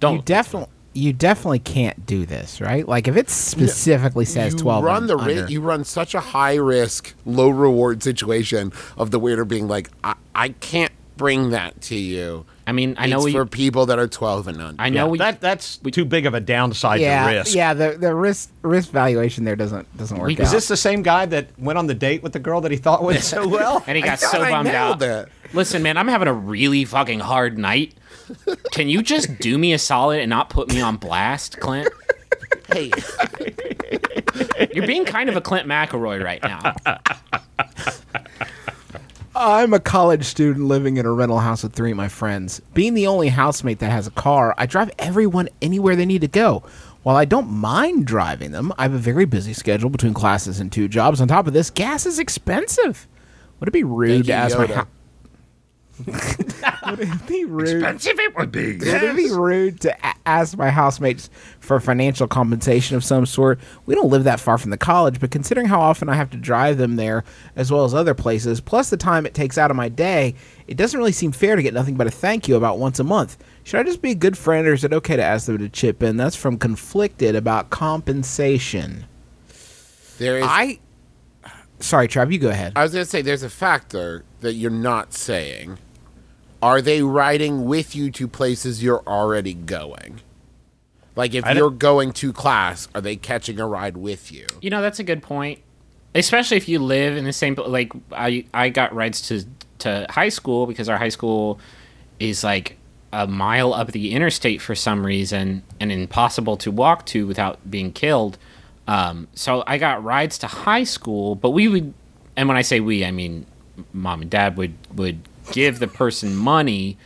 [SPEAKER 4] Don't
[SPEAKER 2] you definitely you definitely can't do this, right? Like if it specifically says
[SPEAKER 3] you
[SPEAKER 2] twelve,
[SPEAKER 3] run the ri-
[SPEAKER 2] under,
[SPEAKER 3] you run such a high risk, low reward situation of the waiter being like, I, I can't bring that to you.
[SPEAKER 4] I mean, I
[SPEAKER 3] It's
[SPEAKER 4] know we.
[SPEAKER 3] for people that are twelve and under.
[SPEAKER 4] I know Oh, we.
[SPEAKER 5] that that's too big of a downside
[SPEAKER 2] yeah,
[SPEAKER 5] to risk.
[SPEAKER 2] yeah. The the risk risk valuation there doesn't doesn't work.
[SPEAKER 4] We-
[SPEAKER 2] out.
[SPEAKER 5] Is this the same guy that went on the date with the girl that he thought went
[SPEAKER 4] [laughs]
[SPEAKER 5] so well?
[SPEAKER 4] and he
[SPEAKER 5] [laughs]
[SPEAKER 4] got
[SPEAKER 3] thought
[SPEAKER 4] so
[SPEAKER 3] I
[SPEAKER 4] bummed
[SPEAKER 3] nailed
[SPEAKER 4] out.
[SPEAKER 3] that.
[SPEAKER 4] Listen, man, I'm having a really fucking hard night. Can you just do me a solid and not put me on blast, Clint?
[SPEAKER 3] Hey,
[SPEAKER 4] You're being kind of a Clint McElroy right now.
[SPEAKER 2] I'm a college student living in a rental house with three of my friends. Being the only housemate that has a car, I drive everyone anywhere they need to go. While I don't mind driving them, I have a very busy schedule between classes and two jobs. On top of this, gas is expensive. Would it be rude
[SPEAKER 3] Thank
[SPEAKER 2] to
[SPEAKER 3] you,
[SPEAKER 2] ask my
[SPEAKER 3] Yoda.
[SPEAKER 2] hou- [laughs] Would it be rude? Expensive it would be. Would it be rude to a- ask my housemates for financial compensation of some sort? We don't live that far from the college, but considering how often I have to drive them there, as well as other places, plus the time it takes out of my day, it doesn't really seem fair to get nothing but a thank you about once a month. Should I just be a good friend, or is it okay to ask them to chip in? That's from conflicted about compensation.
[SPEAKER 3] there is. I,
[SPEAKER 2] I. Sorry, Trav, you go ahead.
[SPEAKER 3] was gonna say there's a factor that you're not saying. Are they riding with you to places you're already going? Like if
[SPEAKER 5] don't-
[SPEAKER 3] you're going to class, are they catching a ride with you?
[SPEAKER 4] Uh, You know, that's a good point. especially if you live in the same pl- like I I got rides to to high school because our high school is like a mile up the interstate for some reason and impossible to walk to without being killed. Um, so I got rides to high school, but we would, and when I say we, I mean mom and dad would would give the person money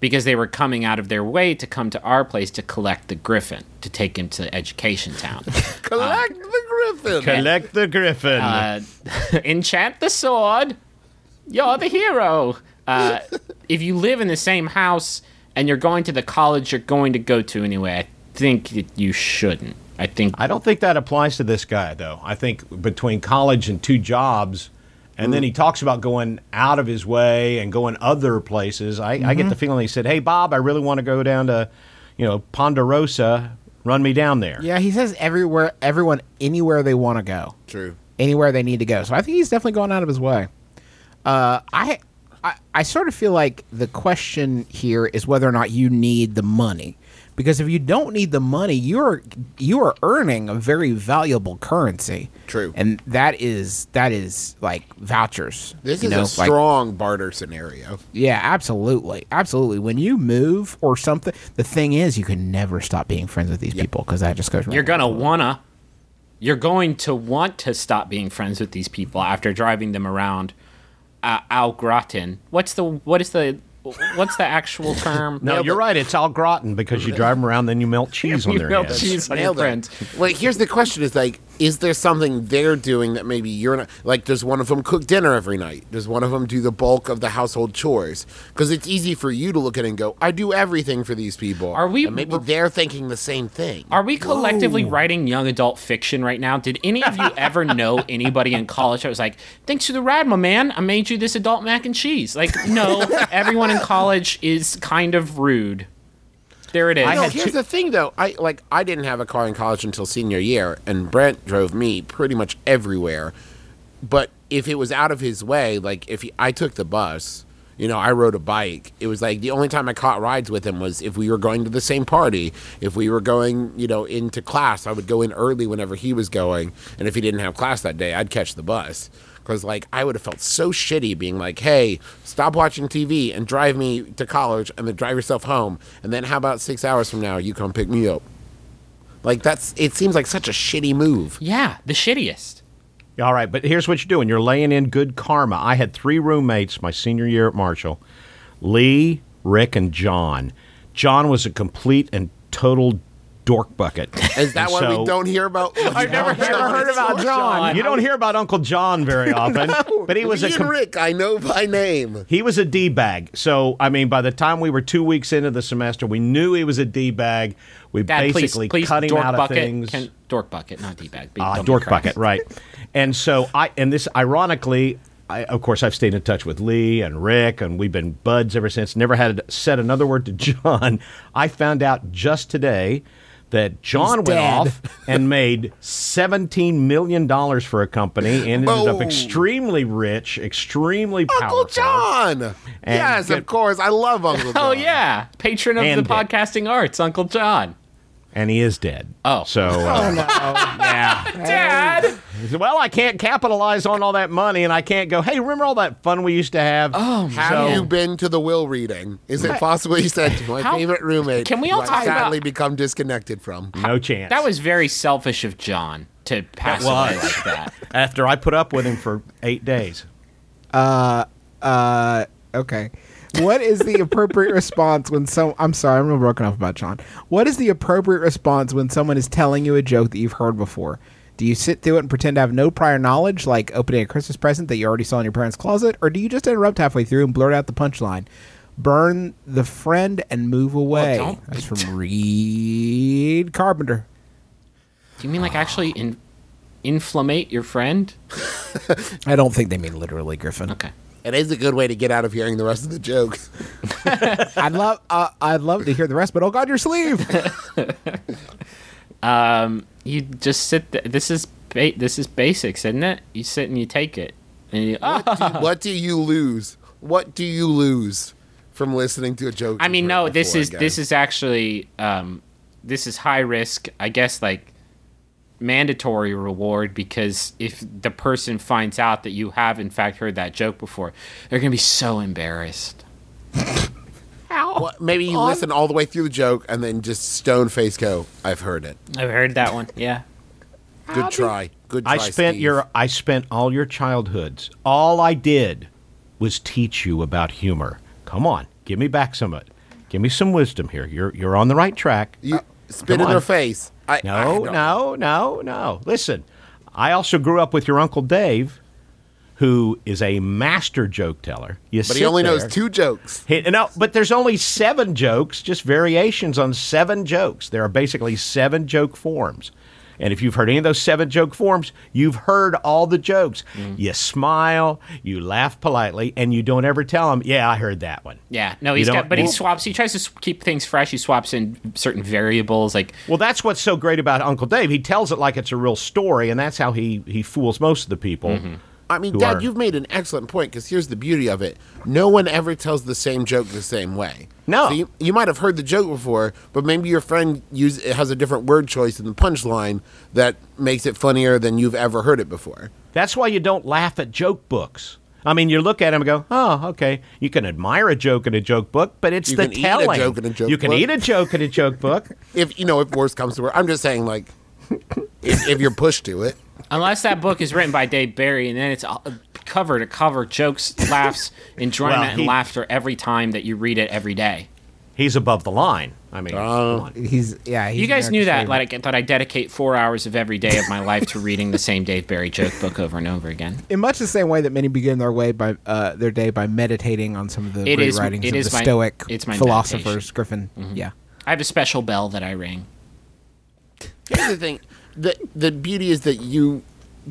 [SPEAKER 4] because they were coming out of their way to come to our place to collect the griffin to take him to education town. [laughs]
[SPEAKER 3] Collect the griffin.
[SPEAKER 5] Collect the griffin.
[SPEAKER 4] uh, [laughs] enchant the sword. You're the hero. Uh, if you live in the same house and you're going to the college you're going to go to anyway, I think that you shouldn't. I think
[SPEAKER 5] I don't think that applies to this guy though. I think between college and two jobs, and then he
[SPEAKER 4] Mm-hmm.
[SPEAKER 5] talks about going out of his way and going other places. I, I
[SPEAKER 4] Mm-hmm.
[SPEAKER 5] get the feeling he said, "Hey Bob, I really want to go down to, you know, Ponderosa. Run me down there."
[SPEAKER 2] Yeah, he says everywhere, everyone, anywhere they want to go,
[SPEAKER 3] True.
[SPEAKER 2] anywhere they need to go. So I think he's definitely going out of his way. Uh, I, I, I sort of feel like the question here is whether or not you need the money, because if you don't need the money, you are you are earning a very valuable currency.
[SPEAKER 3] True.
[SPEAKER 2] and that is that is like vouchers.
[SPEAKER 3] This
[SPEAKER 2] you
[SPEAKER 3] is
[SPEAKER 2] know,
[SPEAKER 3] a
[SPEAKER 2] like-
[SPEAKER 3] strong barter scenario.
[SPEAKER 2] yeah, absolutely. Absolutely. When you move or something, the thing is, you can never stop being friends with these people because that just goes.
[SPEAKER 4] you're
[SPEAKER 2] right.
[SPEAKER 4] gonna wanna. You're going to want to stop being friends with these people after driving them around. Uh, au gratin. What's the what is the what's the actual term?
[SPEAKER 5] No, you're right. It's all gratin because you drive them around, then you melt cheese
[SPEAKER 4] [laughs]
[SPEAKER 5] on
[SPEAKER 4] You
[SPEAKER 5] their
[SPEAKER 4] melt
[SPEAKER 5] heads.
[SPEAKER 4] cheese on your
[SPEAKER 3] Nailed it.
[SPEAKER 4] friends.
[SPEAKER 3] Well, here's the question: Is like, is there something they're doing that maybe you're not? Like, does one of them cook dinner every night? Does one of them do the bulk of the household chores? Because it's easy for you to look at it and go, "I do everything for these people."
[SPEAKER 4] Are we-
[SPEAKER 3] And maybe they're thinking the same thing.
[SPEAKER 4] Are we collectively writing young adult fiction right now? Did any of you ever
[SPEAKER 5] [laughs]
[SPEAKER 4] know anybody in college that was like, thanks for the ride, my man. I made you this adult mac and cheese. Like,
[SPEAKER 5] [laughs]
[SPEAKER 4] no, everyone in college is kind of rude. There it is.
[SPEAKER 3] No, here's the thing though. I like I didn't have a car in college until senior year, and Brent drove me pretty much everywhere. But if it was out of his way, like if he, I took the bus, you know, I rode a bike. It was like the only time I caught rides with him was if we were going to the same party, if we were going, you know, into class. I would go in early whenever he was going, and if he didn't have class that day, I'd catch the bus. Because, like, I would have felt so shitty being like, hey, stop watching TV and drive me to college and then drive yourself home. And then how about six hours from now, you come pick me up? Like, that's, it seems like such a shitty move.
[SPEAKER 4] yeah, the shittiest.
[SPEAKER 5] All right, but here's what you're doing. You're laying in good karma. I had three roommates my senior year at Marshall Lee, Rick, and John. John was a complete and total
[SPEAKER 4] [laughs]
[SPEAKER 5] dork bucket.
[SPEAKER 3] Is that
[SPEAKER 5] And
[SPEAKER 3] why
[SPEAKER 5] so-
[SPEAKER 3] we don't hear
[SPEAKER 5] [laughs]
[SPEAKER 3] about? I've
[SPEAKER 4] never heard- heard about John.
[SPEAKER 5] You don't hear about Uncle John very often. but he was a
[SPEAKER 3] Me
[SPEAKER 5] com-
[SPEAKER 3] and Rick, I know by name.
[SPEAKER 5] he was a d bag. So I mean, by the time we were two weeks into the semester, we knew he was a d bag. We
[SPEAKER 4] Dad,
[SPEAKER 5] basically
[SPEAKER 4] please, please,
[SPEAKER 5] cut him
[SPEAKER 4] dork
[SPEAKER 5] out of
[SPEAKER 4] bucket,
[SPEAKER 5] things.
[SPEAKER 4] Can, dork bucket, not D-bag. but
[SPEAKER 5] Ah,
[SPEAKER 4] don't be
[SPEAKER 5] dork
[SPEAKER 4] crass.
[SPEAKER 5] bucket, right? and so I, and this ironically, I, of course, I've stayed in touch with Lee and Rick, and we've been buds ever since. Never had said another word to John. [laughs] I found out just today that John went
[SPEAKER 2] dead.
[SPEAKER 5] off and made seventeen million dollars for a company and ended up
[SPEAKER 3] Whoa.
[SPEAKER 5] extremely rich, extremely powerful.
[SPEAKER 3] Uncle John. yes,
[SPEAKER 5] get-
[SPEAKER 3] of course. I love
[SPEAKER 5] [laughs]
[SPEAKER 3] Uncle John.
[SPEAKER 4] Oh, yeah. Patron of
[SPEAKER 5] And
[SPEAKER 4] the
[SPEAKER 5] dick.
[SPEAKER 4] podcasting arts, Uncle John.
[SPEAKER 5] and he is dead.
[SPEAKER 4] Oh.
[SPEAKER 5] so uh, [laughs] yeah.
[SPEAKER 4] Dad!
[SPEAKER 5] He said, Well, I can't capitalize on all that money, and I can't go. Hey, remember all that fun we used to have?
[SPEAKER 4] Um,
[SPEAKER 5] Oh,
[SPEAKER 3] Have you been to the will reading? Is it possible you said to my
[SPEAKER 4] How-
[SPEAKER 3] favorite roommate?
[SPEAKER 4] Can we all
[SPEAKER 3] who I
[SPEAKER 4] talk about-
[SPEAKER 3] sadly become disconnected from?
[SPEAKER 5] No chance.
[SPEAKER 4] That was very selfish of John to pass away
[SPEAKER 5] was.
[SPEAKER 4] like
[SPEAKER 5] [laughs]
[SPEAKER 4] that.
[SPEAKER 5] after I put up with him for eight days.
[SPEAKER 2] Okay. What is the [laughs] appropriate response when some? I'm sorry, I'm real broken off about John. What is the appropriate response when someone is telling you a joke that you've heard before? Do you sit through it and pretend to have no prior knowledge, like opening a Christmas present that you already saw in your parents' closet, or do you just interrupt halfway through and blurt out the punchline? Burn the friend and move away.
[SPEAKER 4] don't-
[SPEAKER 2] That's
[SPEAKER 4] [laughs]
[SPEAKER 2] from Reed Carpenter.
[SPEAKER 4] Do you mean like actually in, inflammate your friend?
[SPEAKER 2] I don't think they mean literally Griffin.
[SPEAKER 4] Okay.
[SPEAKER 3] It is a good way to get out of hearing the rest of the joke. [laughs]
[SPEAKER 2] I'd love, uh, I'd love to hear the rest, but oh god, your
[SPEAKER 4] [laughs]
[SPEAKER 2] sleeve.
[SPEAKER 4] You just sit. Th- this is ba- this is basics, isn't it? You sit and you take it. And you, Ah!
[SPEAKER 3] [laughs] what do you lose? What do you lose from listening to a joke?
[SPEAKER 4] I mean,
[SPEAKER 3] you've
[SPEAKER 4] no.
[SPEAKER 3] heard
[SPEAKER 4] This
[SPEAKER 3] before
[SPEAKER 4] is
[SPEAKER 3] again?
[SPEAKER 4] this is actually um, this is high risk. I guess like mandatory reward because if the person finds out that you have in fact heard that joke before, they're gonna be so embarrassed.
[SPEAKER 3] Well, maybe you listen all the way through the joke and then just stone face go, I've heard it.
[SPEAKER 4] I've heard that one. Yeah.
[SPEAKER 3] Good try. Good try.
[SPEAKER 5] I spent
[SPEAKER 3] Steve."
[SPEAKER 5] your I spent all your childhoods. All I did was teach you about humor. Come on, give me back some of it. Give me some wisdom here. You're you're on the right track.
[SPEAKER 3] You spit
[SPEAKER 5] come
[SPEAKER 3] in
[SPEAKER 5] on.
[SPEAKER 3] their face. I, I
[SPEAKER 5] No,
[SPEAKER 3] don't-
[SPEAKER 5] no, no, no. Listen, I also grew up with your uncle Dave, who is a master joke teller. You
[SPEAKER 3] But he
[SPEAKER 5] sit
[SPEAKER 3] only knows
[SPEAKER 5] there-
[SPEAKER 3] two jokes.
[SPEAKER 5] Hey, no, but there's only seven jokes, just variations on seven jokes. There are basically seven joke forms. And if you've heard any of those seven joke forms, you've heard all the jokes. You smile, you laugh politely, and you don't ever tell them, yeah, I heard that one.
[SPEAKER 4] Yeah, no,
[SPEAKER 5] You
[SPEAKER 4] he's
[SPEAKER 5] don't-
[SPEAKER 4] got, but he
[SPEAKER 5] well-
[SPEAKER 4] swaps. He tries to s- keep things fresh. He swaps in certain variables, like
[SPEAKER 5] Well, that's what's so great about Uncle Dave. He tells it like it's a real story, and that's how he, he fools most of the people.
[SPEAKER 3] I mean,
[SPEAKER 5] who
[SPEAKER 3] Dad,
[SPEAKER 5] are-
[SPEAKER 3] you've made an excellent point because here's the beauty of it: no one ever tells the same joke the same way.
[SPEAKER 5] No.
[SPEAKER 3] so you, you might have heard the joke before, but maybe your friend use it has a different word choice in the punchline that makes it funnier than you've ever heard it before.
[SPEAKER 5] That's why you don't laugh at joke books. I mean, you look at them and go, "Oh, okay." You can admire a joke in a joke book, but it's
[SPEAKER 3] You
[SPEAKER 5] the
[SPEAKER 3] can eat a
[SPEAKER 5] telling.
[SPEAKER 3] joke in a joke
[SPEAKER 5] you can
[SPEAKER 3] book.
[SPEAKER 5] eat a joke in a joke book. [laughs]
[SPEAKER 3] If you know, if worse comes to worse, I'm just saying, like, if, if you're pushed to it,
[SPEAKER 4] unless that book is written by Dave Barry, and then it's all- cover to cover jokes, laughs, enjoyment,
[SPEAKER 5] Well, he-
[SPEAKER 4] and laughter every time that you read it every day.
[SPEAKER 5] He's above the line. I
[SPEAKER 3] Uh,
[SPEAKER 5] mean, come on.
[SPEAKER 2] He's yeah. He's
[SPEAKER 4] You guys knew that,
[SPEAKER 2] America's favorite.
[SPEAKER 4] like that I dedicate four hours of every day of my life to reading the same Dave Barry joke book over and over again.
[SPEAKER 2] in much the same way that many begin their way by uh, their day by meditating on some of the
[SPEAKER 4] It
[SPEAKER 2] great
[SPEAKER 4] is-
[SPEAKER 2] writings
[SPEAKER 4] it
[SPEAKER 2] of
[SPEAKER 4] is
[SPEAKER 2] the
[SPEAKER 4] my-
[SPEAKER 2] Stoic
[SPEAKER 4] it's my
[SPEAKER 2] philosophers.
[SPEAKER 4] meditation. Mm-hmm.
[SPEAKER 2] Griffin, yeah,
[SPEAKER 4] I have a special bell that I ring.
[SPEAKER 3] here's the thing: the the beauty is that you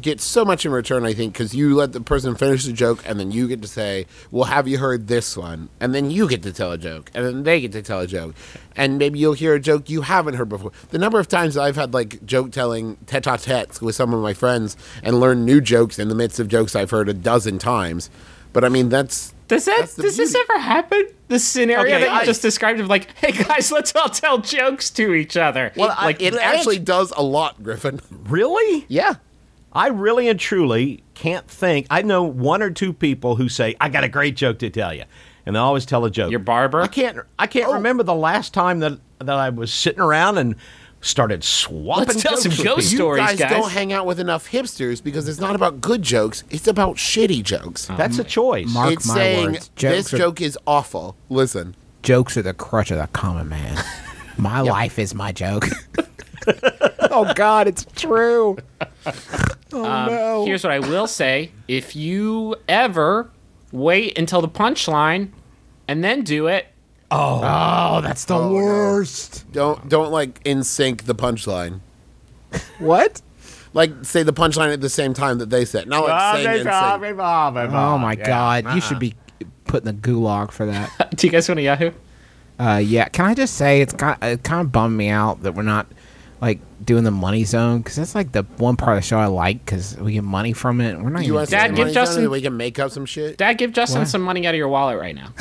[SPEAKER 3] get so much in return. I think because you let the person finish the joke, and then you get to say, "Well, have you heard this one?" And then you get to tell a joke, and then they get to tell a joke, and maybe you'll hear a joke you haven't heard before. The number of times I've had like joke telling tete-a-tetes with some of my friends and learn new jokes in the midst of jokes I've heard a dozen times. But I mean, that's
[SPEAKER 4] Does that
[SPEAKER 3] the
[SPEAKER 4] does this
[SPEAKER 3] beauty.
[SPEAKER 4] ever happen? The scenario
[SPEAKER 5] Okay,
[SPEAKER 4] that you
[SPEAKER 5] I-
[SPEAKER 4] just described of like, hey guys, let's all tell jokes to each other.
[SPEAKER 3] like it actually does a lot, Griffin.
[SPEAKER 5] really?
[SPEAKER 3] Yeah.
[SPEAKER 5] I really and truly can't think. I know one or two people who say, "I got a great joke to tell you," and they always tell a joke.
[SPEAKER 4] Your barber?
[SPEAKER 5] I can't. I can't
[SPEAKER 3] Oh.
[SPEAKER 5] remember the last time that that I was sitting around and started swapping.
[SPEAKER 4] Let's tell
[SPEAKER 5] jokes
[SPEAKER 4] some
[SPEAKER 5] with
[SPEAKER 4] ghost
[SPEAKER 5] people.
[SPEAKER 4] stories,
[SPEAKER 3] guys,
[SPEAKER 4] guys.
[SPEAKER 3] don't hang out with enough hipsters because it's not about good jokes. It's about shitty jokes.
[SPEAKER 5] That's a choice.
[SPEAKER 2] Mark
[SPEAKER 3] it's
[SPEAKER 2] my
[SPEAKER 3] saying
[SPEAKER 2] words,
[SPEAKER 3] this
[SPEAKER 2] jokes are-
[SPEAKER 3] joke is awful. Listen,
[SPEAKER 2] jokes are the crutch of the common man.
[SPEAKER 4] [laughs]
[SPEAKER 2] My life is my joke. oh God, it's
[SPEAKER 4] [laughs]
[SPEAKER 2] true. Oh no.
[SPEAKER 4] Um, Here's what I will say: if you ever wait until the punchline and then do it,
[SPEAKER 2] oh, that's the worst.
[SPEAKER 3] don't don't like in sync the punchline.
[SPEAKER 2] What?
[SPEAKER 3] Like say the punchline at the same time that they said. Not like saying in sync.
[SPEAKER 2] Oh my God, you should be put in the gulag for that.
[SPEAKER 4] do you guys want to Yahoo?
[SPEAKER 2] Uh, yeah. Can I just say it's kind it kind of bummed me out that we're not like doing the money zone because that's like the one part of the show I like because we get money from it. We're not.
[SPEAKER 3] You
[SPEAKER 2] even,
[SPEAKER 3] want to
[SPEAKER 4] Dad,
[SPEAKER 3] Dad,
[SPEAKER 4] give
[SPEAKER 3] give
[SPEAKER 4] Justin-
[SPEAKER 3] we can make up some shit.
[SPEAKER 4] Dad, give Justin
[SPEAKER 2] What?
[SPEAKER 4] some money out of your wallet right now.
[SPEAKER 2] [laughs]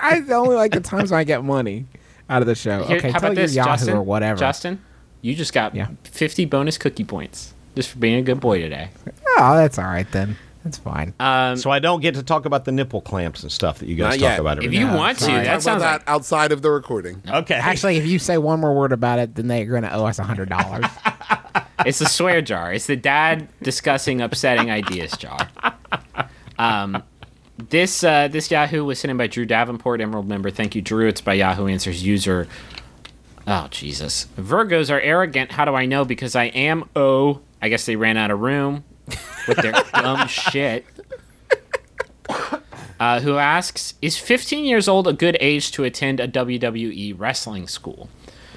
[SPEAKER 2] I only like the times when I get money out of the show.
[SPEAKER 4] Here,
[SPEAKER 2] okay,
[SPEAKER 4] how
[SPEAKER 2] tell
[SPEAKER 4] about this,
[SPEAKER 2] your Yahoo
[SPEAKER 4] Justin?
[SPEAKER 2] or whatever.
[SPEAKER 4] Justin, you just got
[SPEAKER 2] Yeah.
[SPEAKER 4] 50 bonus cookie points just for being a good boy today.
[SPEAKER 2] Oh, that's all right then. That's fine.
[SPEAKER 4] Um,
[SPEAKER 5] So I don't get to talk about the nipple clamps and stuff that you
[SPEAKER 3] Not
[SPEAKER 5] guys talk
[SPEAKER 3] yet.
[SPEAKER 5] about every
[SPEAKER 4] If you
[SPEAKER 5] now.
[SPEAKER 4] want to,
[SPEAKER 2] sorry.
[SPEAKER 4] that
[SPEAKER 3] Talk about
[SPEAKER 4] sounds
[SPEAKER 3] that
[SPEAKER 4] like
[SPEAKER 3] outside of the recording.
[SPEAKER 5] okay.
[SPEAKER 2] Actually, if you say one more word about it, then they're going to owe us a hundred dollars.
[SPEAKER 4] it's the swear jar. It's the dad discussing upsetting ideas jar. Um, this uh, this Yahoo was sent in by Drew Davenport, Emerald member. Thank you, Drew. It's by Yahoo Answers user. Oh Jesus! Virgos are arrogant. How do I know? Because I am. Oh, I guess they ran out of room with their dumb shit. Uh, who asks, is 15 years old a good age to attend a WWE wrestling school?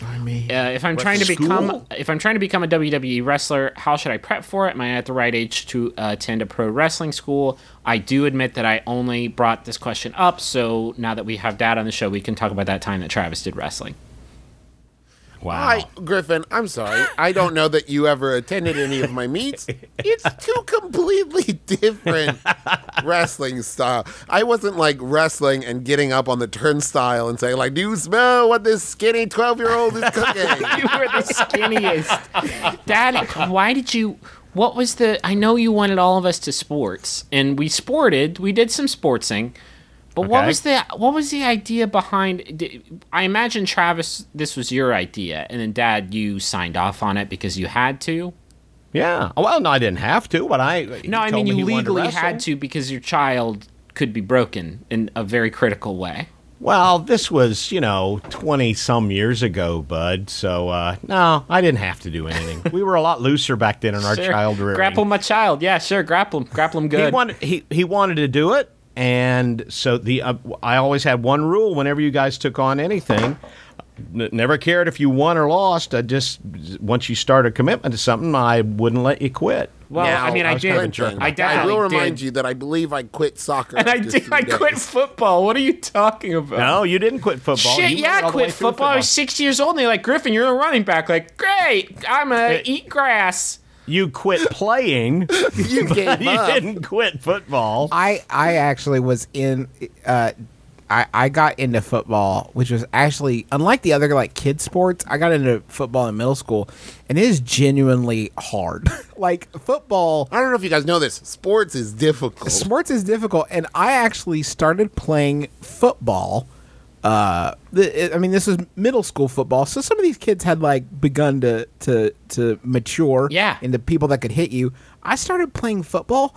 [SPEAKER 4] uh, if I'm trying to become if I'm trying to become a WWE wrestler, how should I prep for it? Am I at the right age to uh, attend a pro wrestling school? I do admit that I only brought this question up, so now that we have Dad on the show, we can talk about that time that Travis did wrestling.
[SPEAKER 5] Wow.
[SPEAKER 3] I, Griffin, I'm sorry. I don't know that you ever attended any of my meets. It's
[SPEAKER 4] [laughs]
[SPEAKER 3] two completely different wrestling style. I wasn't like wrestling and getting up on the turnstile and saying like, "Do you smell what this skinny twelve-year-old is cooking?"
[SPEAKER 4] [laughs] you were the skinniest. Dad, why did you? What was the? I know you wanted all of us to sports, and we sported. We did some sportsing, but what
[SPEAKER 5] Okay.
[SPEAKER 4] was the? What was the idea behind? d- I imagine Travis, this was your idea, and then Dad, you signed off on it because you had to.
[SPEAKER 5] yeah. Well, no, I didn't have to, but I. he
[SPEAKER 4] No, I
[SPEAKER 5] told
[SPEAKER 4] mean
[SPEAKER 5] me
[SPEAKER 4] you
[SPEAKER 5] he wanted
[SPEAKER 4] legally
[SPEAKER 5] wrestle.
[SPEAKER 4] had to because your child could be broken in a very critical way.
[SPEAKER 5] Well, this was, you know, 20 some years ago, bud. So, uh, no, I didn't have to
[SPEAKER 4] [laughs]
[SPEAKER 5] do anything. we were a lot looser back then in our
[SPEAKER 4] Sure.
[SPEAKER 5] child rearing.
[SPEAKER 4] grapple my child. Yeah, sure, grapple him, grapple him good.
[SPEAKER 5] He wanted, he, he wanted to do it. And so the uh, I always had one rule whenever you guys took on anything. N- never cared if you won or lost. I just, once you start a commitment to something, I wouldn't let you quit.
[SPEAKER 4] well, I
[SPEAKER 3] Now,
[SPEAKER 4] mean, I,
[SPEAKER 5] was
[SPEAKER 4] did.
[SPEAKER 5] kind of a jerk about
[SPEAKER 4] I
[SPEAKER 3] I
[SPEAKER 4] definitely
[SPEAKER 3] will remind
[SPEAKER 4] did.
[SPEAKER 3] you that I believe I quit soccer.
[SPEAKER 4] And I
[SPEAKER 3] after
[SPEAKER 4] did.
[SPEAKER 3] three
[SPEAKER 4] I quit
[SPEAKER 3] days.
[SPEAKER 4] [laughs] football. What are you talking about?
[SPEAKER 5] No, you didn't quit football. You
[SPEAKER 4] Shit,
[SPEAKER 5] went
[SPEAKER 4] yeah, I
[SPEAKER 5] all the way
[SPEAKER 4] quit
[SPEAKER 5] through
[SPEAKER 4] football. I was six years old, and they're like, Griffin, you're a running back. Like, great, I'm gonna
[SPEAKER 5] Hey.
[SPEAKER 4] eat grass.
[SPEAKER 5] You
[SPEAKER 4] [laughs]
[SPEAKER 5] quit playing. [laughs]
[SPEAKER 3] You gave
[SPEAKER 5] you
[SPEAKER 3] up.
[SPEAKER 5] didn't quit football.
[SPEAKER 2] I I actually was in. Uh, I I got into football, which was actually unlike the other like kid sports. I got into football in middle school, and it is genuinely hard. [laughs] like football,
[SPEAKER 3] I don't know if you guys know this. Sports is difficult.
[SPEAKER 2] sports is difficult, and I actually started playing football. Uh, the, I mean, this is middle school football, so some of these kids had like begun to to to mature,
[SPEAKER 4] Yeah.
[SPEAKER 2] into people that could hit you. I started playing football,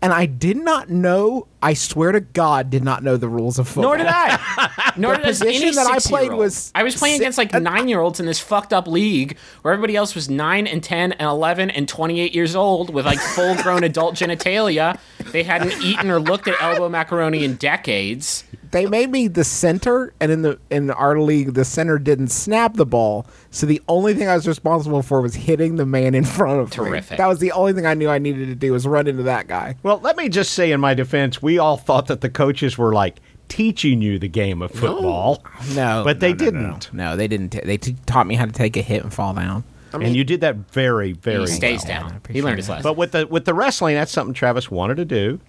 [SPEAKER 2] and I did not know. I swear to God, did not know the rules of football.
[SPEAKER 4] Nor did I. Nor
[SPEAKER 2] The
[SPEAKER 4] did any
[SPEAKER 2] position that I played
[SPEAKER 4] six-year-old.
[SPEAKER 2] was
[SPEAKER 4] I was playing
[SPEAKER 2] si-
[SPEAKER 4] against like nine year olds in this fucked up league where everybody else was nine and ten and eleven and twenty eight years old with like full grown adult genitalia. They hadn't eaten or looked at elbow macaroni in decades.
[SPEAKER 2] They made me the center, and in the in our league, the center didn't snap the ball, so the only thing I was responsible for was hitting the man in front of me.
[SPEAKER 4] Terrific.
[SPEAKER 2] That was the only thing I knew I needed to do was run into that guy.
[SPEAKER 5] Well, let me just say in my defense, we all thought that the coaches were like teaching you the game of football.
[SPEAKER 2] No,
[SPEAKER 5] But they
[SPEAKER 2] no, no, no,
[SPEAKER 5] didn't.
[SPEAKER 2] No, they didn't. ta- they t- taught me how to take a hit and fall down.
[SPEAKER 5] and you did that very, very
[SPEAKER 4] He stays
[SPEAKER 5] well.
[SPEAKER 4] down. He
[SPEAKER 2] appreciate
[SPEAKER 4] learned his
[SPEAKER 2] that.
[SPEAKER 4] lesson.
[SPEAKER 5] But with the with the wrestling, that's something Travis wanted to do.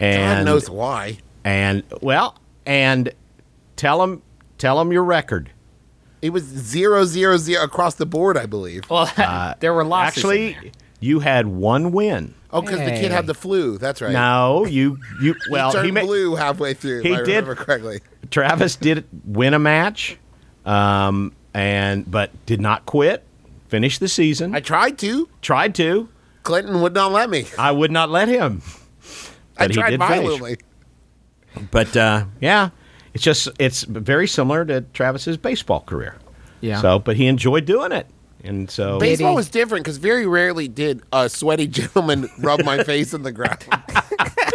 [SPEAKER 3] God
[SPEAKER 5] And
[SPEAKER 3] knows why.
[SPEAKER 5] and well, and tell him tell him your record.
[SPEAKER 3] It was zero zero zero across the board, I believe.
[SPEAKER 4] well, [laughs] there were losses. in there.
[SPEAKER 5] Actually, you had one win.
[SPEAKER 3] Oh, because the
[SPEAKER 2] Hey.
[SPEAKER 3] kid had the flu. That's right.
[SPEAKER 5] No, you
[SPEAKER 3] [laughs]
[SPEAKER 5] you well,
[SPEAKER 3] he turned
[SPEAKER 5] ma-
[SPEAKER 3] blue halfway through.
[SPEAKER 5] he
[SPEAKER 3] if I
[SPEAKER 5] did.
[SPEAKER 3] remember correctly.
[SPEAKER 5] Travis did win a match, um, and but did not quit. Finished the season.
[SPEAKER 3] I tried to.
[SPEAKER 5] tried to.
[SPEAKER 3] Clinton would not let me.
[SPEAKER 5] I would not let him.
[SPEAKER 3] I
[SPEAKER 5] But he
[SPEAKER 3] tried
[SPEAKER 5] did finish.
[SPEAKER 3] violently.
[SPEAKER 5] But uh, yeah, it's just it's very similar to Travis's baseball career.
[SPEAKER 2] Yeah.
[SPEAKER 5] So, but he enjoyed doing it, and so
[SPEAKER 3] Baseball was different because very rarely did a sweaty [laughs] gentleman rub
[SPEAKER 5] [laughs]
[SPEAKER 3] my face in the ground.
[SPEAKER 5] [laughs]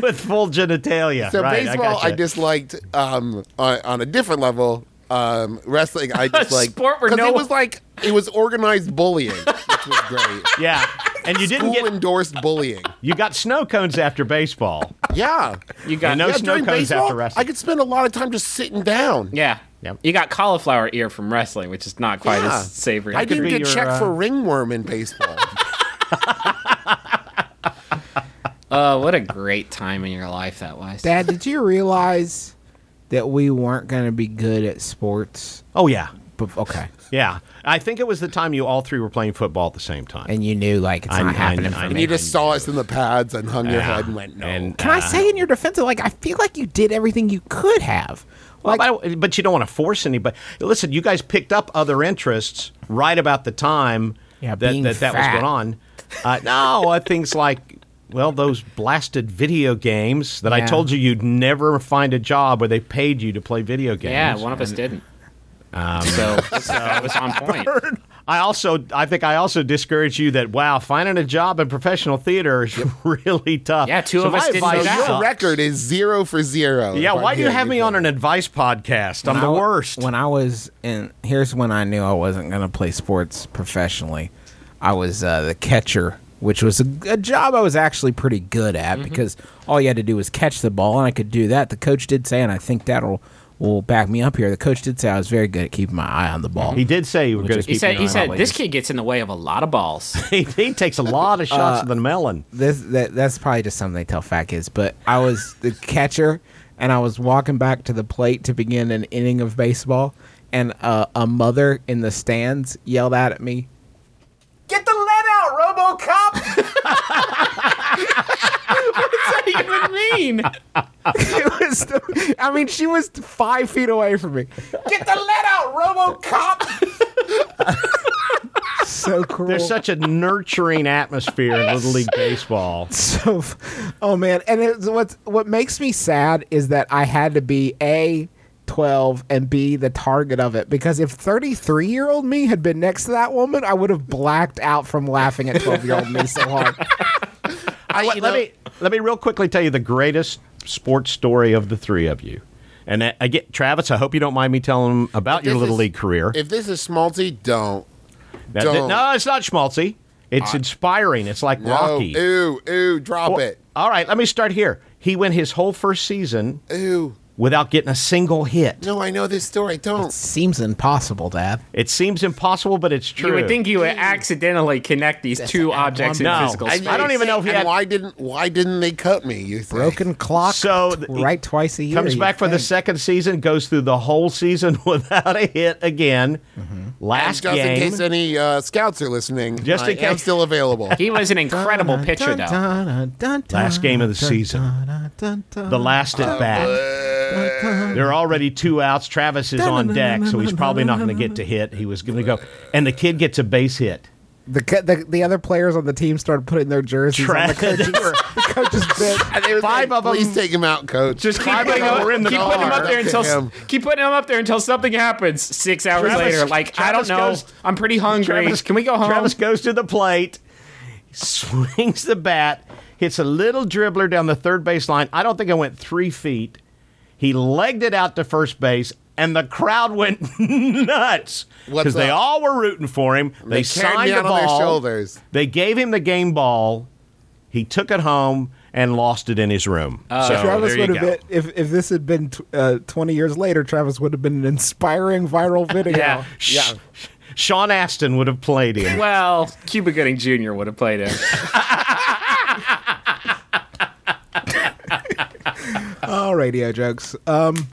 [SPEAKER 5] with full genitalia.
[SPEAKER 3] So
[SPEAKER 5] right,
[SPEAKER 3] baseball, I,
[SPEAKER 5] gotcha.
[SPEAKER 3] disliked um, on, on a different level. Um, wrestling,
[SPEAKER 5] [laughs]
[SPEAKER 3] I disliked
[SPEAKER 4] sport where
[SPEAKER 3] 'cause
[SPEAKER 4] no
[SPEAKER 3] it
[SPEAKER 4] one-
[SPEAKER 3] was like it was organized bullying, which was great.
[SPEAKER 5] yeah. And [laughs] you didn't
[SPEAKER 3] School
[SPEAKER 5] get
[SPEAKER 3] endorsed bullying.
[SPEAKER 5] you got snow cones after baseball.
[SPEAKER 3] Yeah,
[SPEAKER 4] you got
[SPEAKER 5] and no
[SPEAKER 3] yeah.
[SPEAKER 5] snow
[SPEAKER 3] During
[SPEAKER 5] cones
[SPEAKER 3] baseball,
[SPEAKER 5] after wrestling.
[SPEAKER 3] I could spend a lot of time just sitting down.
[SPEAKER 4] Yeah.
[SPEAKER 5] Yep.
[SPEAKER 4] You got cauliflower ear from wrestling, which is not quite
[SPEAKER 3] Yeah.
[SPEAKER 4] as savory.
[SPEAKER 3] I
[SPEAKER 4] Could
[SPEAKER 3] didn't
[SPEAKER 4] be-
[SPEAKER 3] get
[SPEAKER 5] your,
[SPEAKER 3] checked
[SPEAKER 5] uh,
[SPEAKER 3] for ringworm in baseball.
[SPEAKER 4] Oh, what a great time in your life that was.
[SPEAKER 2] Dad, did you realize that we weren't going to be good at sports?
[SPEAKER 5] Oh yeah,
[SPEAKER 2] Bef- okay,
[SPEAKER 5] yeah. I think it was the time you all three were playing football at the same time.
[SPEAKER 2] and you knew like it's
[SPEAKER 5] I-
[SPEAKER 2] not
[SPEAKER 5] I-
[SPEAKER 2] happening
[SPEAKER 5] I-
[SPEAKER 2] for
[SPEAKER 3] and
[SPEAKER 2] me.
[SPEAKER 3] you just saw us in the pads and hung your head and went, no.
[SPEAKER 5] And, uh,
[SPEAKER 2] Can I say in your defense, like I feel like you did everything you could have. Like
[SPEAKER 5] Well, but, but you don't want to force anybody. Listen, you guys picked up other interests right about the time
[SPEAKER 2] Yeah,
[SPEAKER 5] that
[SPEAKER 2] being
[SPEAKER 5] that, that was
[SPEAKER 2] fat.
[SPEAKER 5] going on. Uh, no, uh, things like well, those blasted video games that I
[SPEAKER 2] Yeah.
[SPEAKER 5] told you you'd never find a job where they paid you to play video games.
[SPEAKER 4] yeah, one of us didn't. so, so that was on point.
[SPEAKER 5] I also, I think I also discouraged you that wow, finding a job in professional theater is [laughs] really tough.
[SPEAKER 4] Yeah, two
[SPEAKER 5] So
[SPEAKER 4] of us
[SPEAKER 5] my
[SPEAKER 4] didn't
[SPEAKER 5] advice
[SPEAKER 4] know that.
[SPEAKER 3] your
[SPEAKER 4] sucks.
[SPEAKER 3] record is zero for zero.
[SPEAKER 5] Yeah,
[SPEAKER 3] if I'm
[SPEAKER 5] why do you
[SPEAKER 3] hearing
[SPEAKER 5] have me on an advice podcast? I'm
[SPEAKER 2] when
[SPEAKER 5] the
[SPEAKER 2] I-
[SPEAKER 5] worst.
[SPEAKER 2] When I was in, here's when I knew I wasn't going to play sports professionally. I was uh, the catcher, which was a, a job I was actually pretty
[SPEAKER 5] Mm-hmm.
[SPEAKER 2] good at because all you had to do was catch the ball, and I could do that. The coach did say, and I think that'll will back me up here. The coach did say I was very good at keeping my eye on the ball.
[SPEAKER 5] He did say you were good.
[SPEAKER 4] He
[SPEAKER 5] at
[SPEAKER 4] said,
[SPEAKER 5] keeping
[SPEAKER 4] he
[SPEAKER 5] an eye on
[SPEAKER 4] said, this
[SPEAKER 5] it."
[SPEAKER 4] kid gets in the way of a lot of balls.
[SPEAKER 5] [laughs] he, he takes a lot of shots at the melon.
[SPEAKER 2] this that that's probably just something they tell fat kids. But I was the catcher, and I was walking back to the plate to begin an inning of baseball, and uh, a mother in the stands yelled out at me, "Get the lead out, RoboCop!" [laughs]
[SPEAKER 4] what does that even mean?
[SPEAKER 2] it was, the, I mean, she was five feet away from me. Get the lead out, RoboCop! [laughs] so cruel.
[SPEAKER 5] There's such a nurturing atmosphere in Little League Baseball.
[SPEAKER 2] [laughs] so oh man and it's what's what makes me sad is that i had to be a 12 and b the target of it because if 33 year old me had been next to that woman i would have blacked out from laughing at 12 year old me so hard
[SPEAKER 3] I, you
[SPEAKER 5] let
[SPEAKER 3] know-
[SPEAKER 5] me let me real quickly tell you the greatest sports story of the three of you. And I- I get Travis. I hope you don't mind me telling him about your
[SPEAKER 3] This
[SPEAKER 5] little
[SPEAKER 3] is-
[SPEAKER 5] league career.
[SPEAKER 3] If this is schmaltzy, don't.
[SPEAKER 5] That-
[SPEAKER 3] don't.
[SPEAKER 5] no, it's not schmaltzy. It's inspiring. It's like
[SPEAKER 3] No.
[SPEAKER 5] Rocky.
[SPEAKER 3] Ew, ew, drop
[SPEAKER 5] Well,
[SPEAKER 3] it.
[SPEAKER 5] All right, let me start here. He went his whole first season
[SPEAKER 3] Ew.
[SPEAKER 5] without getting a single hit.
[SPEAKER 3] No, I know this story.
[SPEAKER 2] [laughs]
[SPEAKER 3] Don't.
[SPEAKER 2] seems impossible dad
[SPEAKER 5] It seems impossible, but it's
[SPEAKER 4] [laughs]
[SPEAKER 5] true.
[SPEAKER 4] You would think you would accidentally connect these two objects in
[SPEAKER 5] No,
[SPEAKER 4] physical
[SPEAKER 5] I-
[SPEAKER 4] space.
[SPEAKER 5] I don't even know if he
[SPEAKER 3] And
[SPEAKER 5] had-
[SPEAKER 3] why didn't why didn't they cut me? You think?
[SPEAKER 2] broken clock
[SPEAKER 5] So,
[SPEAKER 2] t-
[SPEAKER 5] the-
[SPEAKER 2] right twice a year
[SPEAKER 5] comes
[SPEAKER 2] you'd
[SPEAKER 5] back for the
[SPEAKER 2] think.
[SPEAKER 5] second season, goes through the whole season [laughs] without a hit again.
[SPEAKER 3] Mm-hmm. Just
[SPEAKER 5] Last
[SPEAKER 3] in
[SPEAKER 5] game,
[SPEAKER 3] case any uh, scouts are listening,
[SPEAKER 5] Just in
[SPEAKER 3] I am
[SPEAKER 5] case.
[SPEAKER 3] still
[SPEAKER 5] [laughs]
[SPEAKER 3] available.
[SPEAKER 4] He was an incredible pitcher,
[SPEAKER 2] Dun,
[SPEAKER 4] though.
[SPEAKER 2] dun, dun, dun, dun,
[SPEAKER 5] last game of the
[SPEAKER 2] dun,
[SPEAKER 5] season,
[SPEAKER 2] dun, dun, dun, dun.
[SPEAKER 5] the last at bat. There are already two outs. Travis is on deck, so he's probably not going to get to hit. He was going to go, and the kid gets a base hit.
[SPEAKER 2] the, ca- the the other players on the team started putting their jerseys on the
[SPEAKER 5] Travis.
[SPEAKER 2] coach's,
[SPEAKER 5] [laughs]
[SPEAKER 2] the coach's bench.
[SPEAKER 3] Five
[SPEAKER 5] of 'em-
[SPEAKER 3] Please take him out, coach.
[SPEAKER 4] Just keep
[SPEAKER 5] Five
[SPEAKER 4] putting,
[SPEAKER 5] of them were in
[SPEAKER 4] him,
[SPEAKER 5] the
[SPEAKER 4] keep putting him
[SPEAKER 5] car.
[SPEAKER 4] up there
[SPEAKER 3] Look at
[SPEAKER 4] until
[SPEAKER 3] him.
[SPEAKER 4] keep putting him up there until something happens. Six hours
[SPEAKER 5] Travis-
[SPEAKER 4] later, like
[SPEAKER 5] Travis
[SPEAKER 4] I don't know,
[SPEAKER 5] goes-
[SPEAKER 4] I'm pretty hungry.
[SPEAKER 5] Travis-
[SPEAKER 4] Can we go home?
[SPEAKER 5] Travis goes to the plate, [laughs] swings the bat, hits a little dribbler down the third base line. I don't think I went three feet. He legged it out to first base, and the crowd went [laughs] nuts
[SPEAKER 3] What's
[SPEAKER 5] because they
[SPEAKER 3] up?
[SPEAKER 5] all were rooting for him. They,
[SPEAKER 3] They carried me
[SPEAKER 5] signed the
[SPEAKER 3] out on their
[SPEAKER 5] ball.
[SPEAKER 3] shoulders.
[SPEAKER 5] They gave him the game ball. He took it home and lost it in his room.
[SPEAKER 4] Uh,
[SPEAKER 5] so
[SPEAKER 2] Travis
[SPEAKER 5] there
[SPEAKER 2] would
[SPEAKER 5] you
[SPEAKER 2] have
[SPEAKER 5] go.
[SPEAKER 2] been if, if this had been tw- uh, 20 years later Travis would have been an inspiring
[SPEAKER 5] [laughs]
[SPEAKER 2] viral video.
[SPEAKER 4] Yeah.
[SPEAKER 5] Sh- Sean Aston would have played him.
[SPEAKER 4] Well, Cuba Gooding Jr. would have played him.
[SPEAKER 2] Oh, radio jokes. Um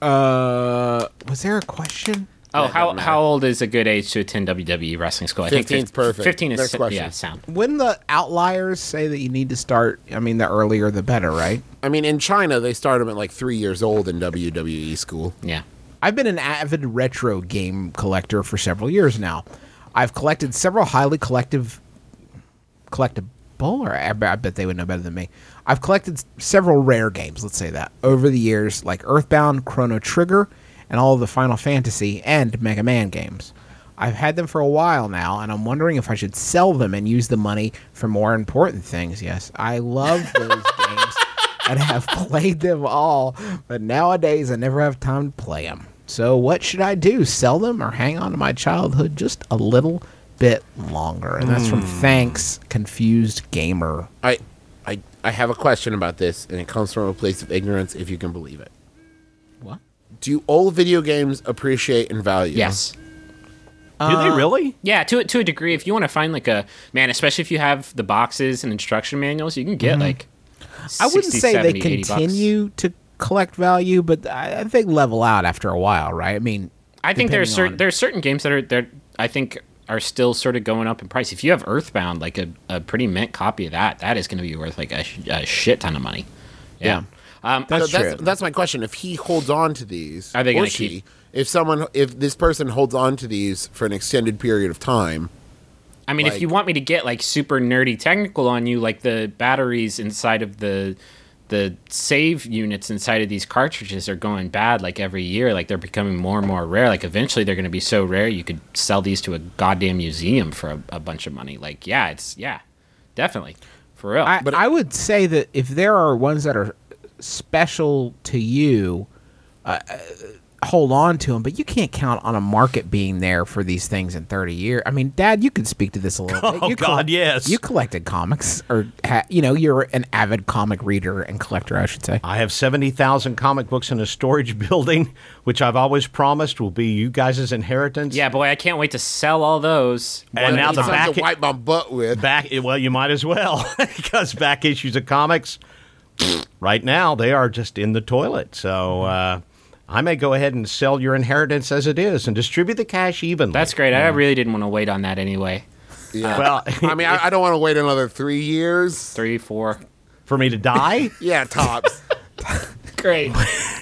[SPEAKER 2] uh was there a question?
[SPEAKER 4] Oh, how how old is a good age to attend WWE wrestling school? I think
[SPEAKER 3] 15 's
[SPEAKER 4] fif-
[SPEAKER 3] perfect.
[SPEAKER 4] Fifteen is
[SPEAKER 3] Next
[SPEAKER 4] si-
[SPEAKER 3] question.
[SPEAKER 4] yeah, sound.
[SPEAKER 2] When the outliers say that you need to start, I mean the earlier the better, right?
[SPEAKER 3] I mean, in China, they start him at like three years old in WWE school.
[SPEAKER 4] Yeah.
[SPEAKER 2] I've been an avid retro game collector for several years now. I've collected several highly collective collectible, or I bet I bet they would know better than me. I've collected s- several rare games, let's say that, over the years, like Earthbound, Chrono Trigger, and all of the Final Fantasy and Mega Man games. I've had them for a while now, and I'm wondering if I should sell them and use the money for more important things. Yes, I love those games and have [laughs] played them all, but nowadays I never have time to play them. So, what should I do? Sell them or hang on to my childhood just a little bit longer? And that's from
[SPEAKER 4] Hmm.
[SPEAKER 2] Thanks, Confused Gamer.
[SPEAKER 3] I, I, I have a question about this, and it comes from a place of ignorance, if you can believe it.
[SPEAKER 2] What?
[SPEAKER 3] Do all video games appreciate in value?
[SPEAKER 4] Yes.
[SPEAKER 5] Do
[SPEAKER 4] uh,
[SPEAKER 5] they really?
[SPEAKER 4] Yeah, to a- to a degree, if you want to find like a man, especially if you have the boxes and instruction manuals, you can get like.
[SPEAKER 2] I wouldn't
[SPEAKER 4] 60,
[SPEAKER 2] say
[SPEAKER 4] 70,
[SPEAKER 2] they
[SPEAKER 4] 80 bucks.
[SPEAKER 2] continue to collect value, but I, I think level out after a while, right? I mean,
[SPEAKER 4] I think there's
[SPEAKER 2] depending
[SPEAKER 4] certain there's certain games that are that I think are still sort of going up in price. If you have Earthbound, like a, a pretty mint copy of that, that is going to be worth like a, sh- a shit ton of money. Yeah. Um,
[SPEAKER 3] So
[SPEAKER 2] That's
[SPEAKER 3] that's,
[SPEAKER 2] true.
[SPEAKER 3] that's my question. If he holds on to these,
[SPEAKER 4] Are they
[SPEAKER 3] or
[SPEAKER 4] gonna
[SPEAKER 3] she,
[SPEAKER 4] keep-
[SPEAKER 3] If someone, if this person holds on to these for an extended period of time,
[SPEAKER 4] I mean,
[SPEAKER 3] Like-
[SPEAKER 4] if you want me to get like super nerdy technical on you, like the batteries inside of the the save units inside of these cartridges are going bad like every year. Like they're becoming more and more rare. Like eventually they're going to be so rare you could sell these to a goddamn museum for a, a bunch of money. Like yeah, it's yeah, definitely for real.
[SPEAKER 2] I, I would say that if there are ones that are special to you, uh, hold on to them, but you can't count on a market being there for these things in 30 years. I mean, Dad, you could speak to this a little bit.
[SPEAKER 5] [laughs] Oh,
[SPEAKER 2] You
[SPEAKER 5] God, yes.
[SPEAKER 2] You collected comics, or, ha- you know, you're an avid comic reader and collector, I should say.
[SPEAKER 5] I have 70,000 comic books in a storage [laughs] building, which I've always promised will be you guys' inheritance.
[SPEAKER 4] Yeah, boy, I can't wait to sell all those.
[SPEAKER 5] And now the
[SPEAKER 3] Something
[SPEAKER 5] back,
[SPEAKER 3] to wipe my butt with.
[SPEAKER 5] back, well, you might as well, [laughs] because back issues of comics, [sniffs] right now, they are just in the toilet. So uh, I may go ahead and sell your inheritance as it is and distribute the cash evenly.
[SPEAKER 4] That's great. I really didn't want to wait on that anyway.
[SPEAKER 3] Yeah.
[SPEAKER 5] well,
[SPEAKER 3] [laughs] I mean, I, I don't want to wait another three
[SPEAKER 5] [laughs]
[SPEAKER 3] years.
[SPEAKER 4] Three, four.
[SPEAKER 5] for me
[SPEAKER 3] [laughs]
[SPEAKER 5] to die?
[SPEAKER 3] Yeah, tops.
[SPEAKER 4] Great.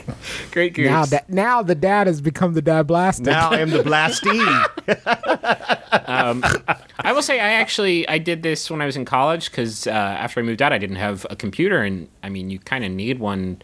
[SPEAKER 4] [laughs] great goose.
[SPEAKER 2] Now, that now the dad has become the dad blasted.
[SPEAKER 5] now I am the
[SPEAKER 3] [laughs]
[SPEAKER 5] blastee.
[SPEAKER 4] I will say I actually I did this when I was in college because uh, after I moved out I didn't have a computer and I mean you kind of need one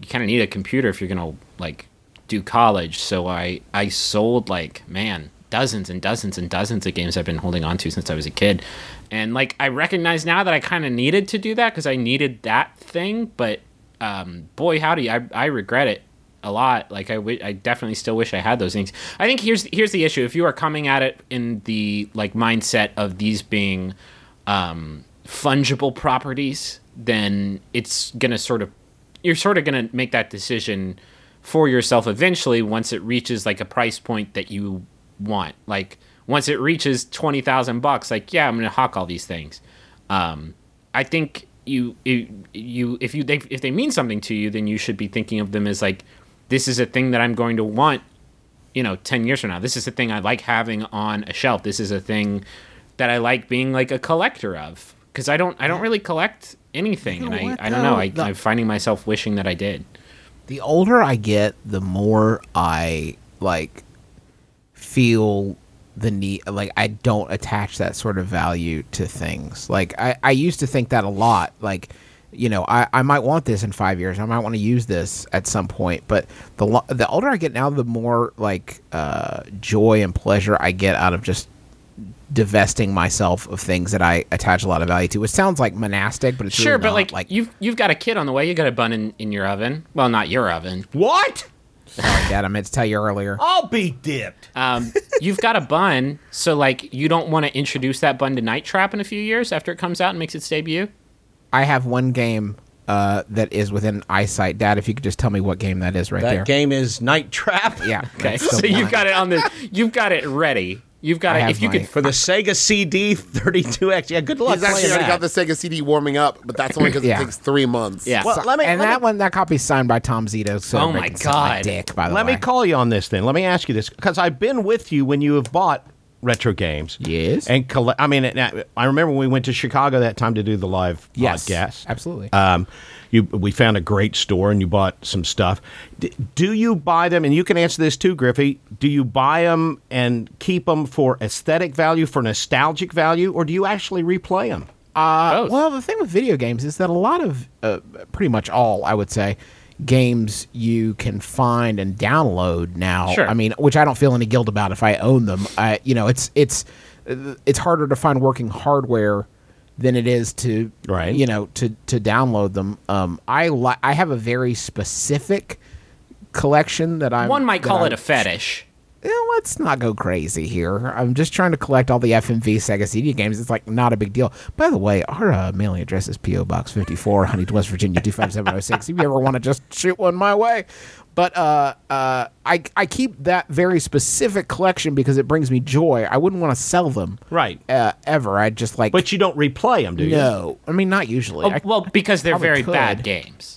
[SPEAKER 4] you kind of need a computer if you're gonna like do college so I I sold like man dozens and dozens and dozens of games I've been holding on to since I was a kid and like I recognize now that I kind of needed to do that because I needed that thing but um, boy howdy I I regret it a lot. Like I, w- I definitely still wish I had those things. I think here's here's the issue. If you are coming at it in the like mindset of these being um, fungible properties, then it's gonna sort of you're sort of gonna make that decision for yourself eventually once it reaches like a price point that you want. Like once it reaches twenty thousand bucks, like yeah, I'm gonna hawk all these things. Um, I think you you- you if you they, if they mean something to you, then you should be thinking of them as like this is a thing that I'm going to want, you know, ten years from now. This is a thing I like having on a shelf. This is a thing that I like being like a collector of because I don't I don't really collect anything,
[SPEAKER 2] You know
[SPEAKER 4] and I
[SPEAKER 2] what,
[SPEAKER 4] I don't know.
[SPEAKER 2] though?
[SPEAKER 4] I,
[SPEAKER 2] The-
[SPEAKER 4] I'm finding myself wishing that I did.
[SPEAKER 2] the older I get, the more I like feel the need like I don't attach that sort of value to things. Like I, I used to think that a lot. Like, you know, I, I might want this in five years. I might want to use this at some point. But the lo- the older I get now, the more like uh, joy and pleasure I get out of just divesting myself of things that I attach a lot of value to. It sounds like monastic, but it's
[SPEAKER 4] Sure,
[SPEAKER 2] really
[SPEAKER 4] but
[SPEAKER 2] not.
[SPEAKER 4] like, you've you've got a kid on the way. You got a bun in, in your oven. Well, not your oven.
[SPEAKER 5] what?
[SPEAKER 2] Dad, I meant to tell you earlier.
[SPEAKER 5] I'll be dipped.
[SPEAKER 4] Um, you've got a bun, so like you don't want to introduce that bun to Night Trap in a few years after it comes out and makes its debut.
[SPEAKER 2] I have one game uh, that is within eyesight. Dad, if you could just tell me what game that is right
[SPEAKER 5] that
[SPEAKER 2] there.
[SPEAKER 5] game is Night Trap.
[SPEAKER 2] Yeah.
[SPEAKER 4] Okay,
[SPEAKER 2] that's the
[SPEAKER 4] so you've
[SPEAKER 2] one.
[SPEAKER 4] got it on the you've got it ready. You've got
[SPEAKER 2] I
[SPEAKER 4] it.
[SPEAKER 2] have
[SPEAKER 4] If you
[SPEAKER 2] my-
[SPEAKER 4] could,
[SPEAKER 5] [laughs] for the Sega CD 32X. Yeah, good luck.
[SPEAKER 3] He's actually
[SPEAKER 5] playing
[SPEAKER 3] already got
[SPEAKER 5] that.
[SPEAKER 3] the Sega CD warming up, but that's only because
[SPEAKER 2] Yeah.
[SPEAKER 3] it takes three months.
[SPEAKER 4] yeah.
[SPEAKER 5] Well, let me
[SPEAKER 2] and
[SPEAKER 5] let me-
[SPEAKER 2] that one, that copy's signed by Tom Zito. So
[SPEAKER 4] Oh
[SPEAKER 2] everybody
[SPEAKER 4] my
[SPEAKER 2] can suck my
[SPEAKER 4] God.
[SPEAKER 2] dick! By the
[SPEAKER 5] Let
[SPEAKER 2] way,
[SPEAKER 5] me call you on this then. Let me ask you this because I've been with you when you have bought retro games.
[SPEAKER 2] Yes.
[SPEAKER 5] And colle- I mean, and uh, I- I remember when we went to Chicago that time to do the live
[SPEAKER 2] yes,
[SPEAKER 5] podcast.
[SPEAKER 2] absolutely.
[SPEAKER 5] Um, you, we found a great store and you bought some stuff. D- do you buy them? And you can answer this too, Griffey. Do you buy them and keep them for aesthetic value, for nostalgic value, or do you actually replay them?
[SPEAKER 4] both.
[SPEAKER 2] Uh, Well, the thing with video games is that a lot of, uh, pretty much all, I would say, games you can find and download now.
[SPEAKER 4] Sure.
[SPEAKER 2] I mean, which I don't feel any guilt about if I own them. I, you know, it's it's it's harder to find working hardware than it is to,
[SPEAKER 5] Right.
[SPEAKER 2] you know, to to download them. Um, I li- I have a very specific collection that I'm
[SPEAKER 4] one might
[SPEAKER 2] that
[SPEAKER 4] call
[SPEAKER 2] I'm-
[SPEAKER 4] it a fetish.
[SPEAKER 2] yeah, let's not go crazy here. I'm just trying to collect all the FMV Sega CD games. It's like not a big deal. By the way, our uh, mailing address is PO Box 54, Huntington, West Virginia 25706. if you ever want to just shoot one my way, but uh, uh, I I keep that very specific collection because it brings me joy. I wouldn't want to sell them
[SPEAKER 5] Right.
[SPEAKER 2] uh, ever. I just like
[SPEAKER 5] But you don't replay them, do you?
[SPEAKER 2] no. I mean, not usually.
[SPEAKER 4] Oh,
[SPEAKER 2] I-
[SPEAKER 4] well, because they're
[SPEAKER 2] probably
[SPEAKER 4] very
[SPEAKER 2] could.
[SPEAKER 4] bad games.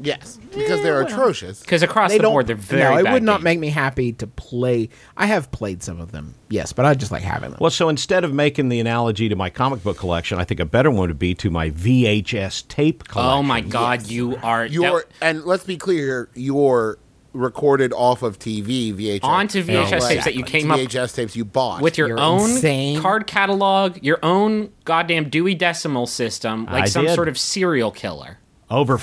[SPEAKER 3] Yes, because they're atrocious.
[SPEAKER 4] Because across
[SPEAKER 2] they
[SPEAKER 4] the
[SPEAKER 2] don't.
[SPEAKER 4] board, they're very.
[SPEAKER 2] no, it
[SPEAKER 4] bad
[SPEAKER 2] would not
[SPEAKER 4] games.
[SPEAKER 2] make me happy to play. I have played some of them, yes, but I just like having them.
[SPEAKER 5] Well, so instead of making the analogy to my comic book collection, I think a better one would be to my VHS tape collection.
[SPEAKER 4] Oh my God, you are
[SPEAKER 3] Your
[SPEAKER 4] that-
[SPEAKER 3] and let's be clear, your recorded off of TV VHS
[SPEAKER 4] Onto VHS tapes that you came up-
[SPEAKER 3] VHS tapes you bought
[SPEAKER 4] with your
[SPEAKER 2] You're
[SPEAKER 4] own
[SPEAKER 2] insane.
[SPEAKER 4] card catalog, your own goddamn Dewey Decimal System, like
[SPEAKER 5] I
[SPEAKER 4] some
[SPEAKER 5] did.
[SPEAKER 4] sort of serial killer.
[SPEAKER 5] Over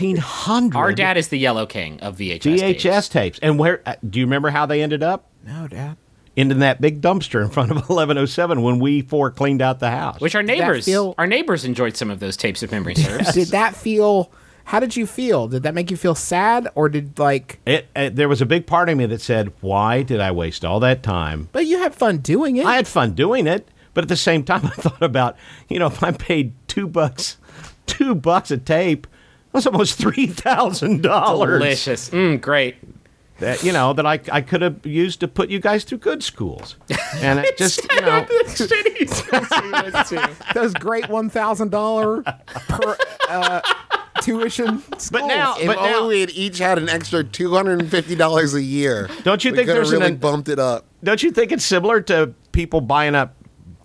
[SPEAKER 5] 1,400
[SPEAKER 4] Our dad is the Yellow King of VHS.
[SPEAKER 5] VHS
[SPEAKER 4] tapes.
[SPEAKER 5] tapes. And where uh, do you remember how they ended up?
[SPEAKER 2] no, Dad.
[SPEAKER 5] Into that big dumpster in front of [laughs] 1107 when we four cleaned out the house.
[SPEAKER 4] which our neighbors,
[SPEAKER 2] feel- [laughs]
[SPEAKER 4] our neighbors enjoyed some of those tapes if memory serves.
[SPEAKER 2] Did that feel How did you feel? Did that make you feel sad or did like
[SPEAKER 5] It, it there was a big part of me that said, "Why did I waste all that time?"
[SPEAKER 2] but you had fun doing it.
[SPEAKER 5] I had fun doing it, but at the same time, [laughs] I thought about you know if I paid two bucks, two bucks a tape, that's almost three thousand dollars.
[SPEAKER 4] Delicious. Mm, great.
[SPEAKER 5] That you know that I I could have used to put you guys through good schools,
[SPEAKER 4] [laughs]
[SPEAKER 5] and it [laughs] just you know
[SPEAKER 2] Those great one thousand dollar per uh, tuition. schools.
[SPEAKER 5] now-
[SPEAKER 3] If
[SPEAKER 5] But
[SPEAKER 3] only we had each had an extra two hundred and fifty dollars a year.
[SPEAKER 5] Don't you
[SPEAKER 3] we
[SPEAKER 5] think
[SPEAKER 3] could have
[SPEAKER 5] there's an-
[SPEAKER 3] really bumped it up?
[SPEAKER 5] don't you think it's similar to people buying up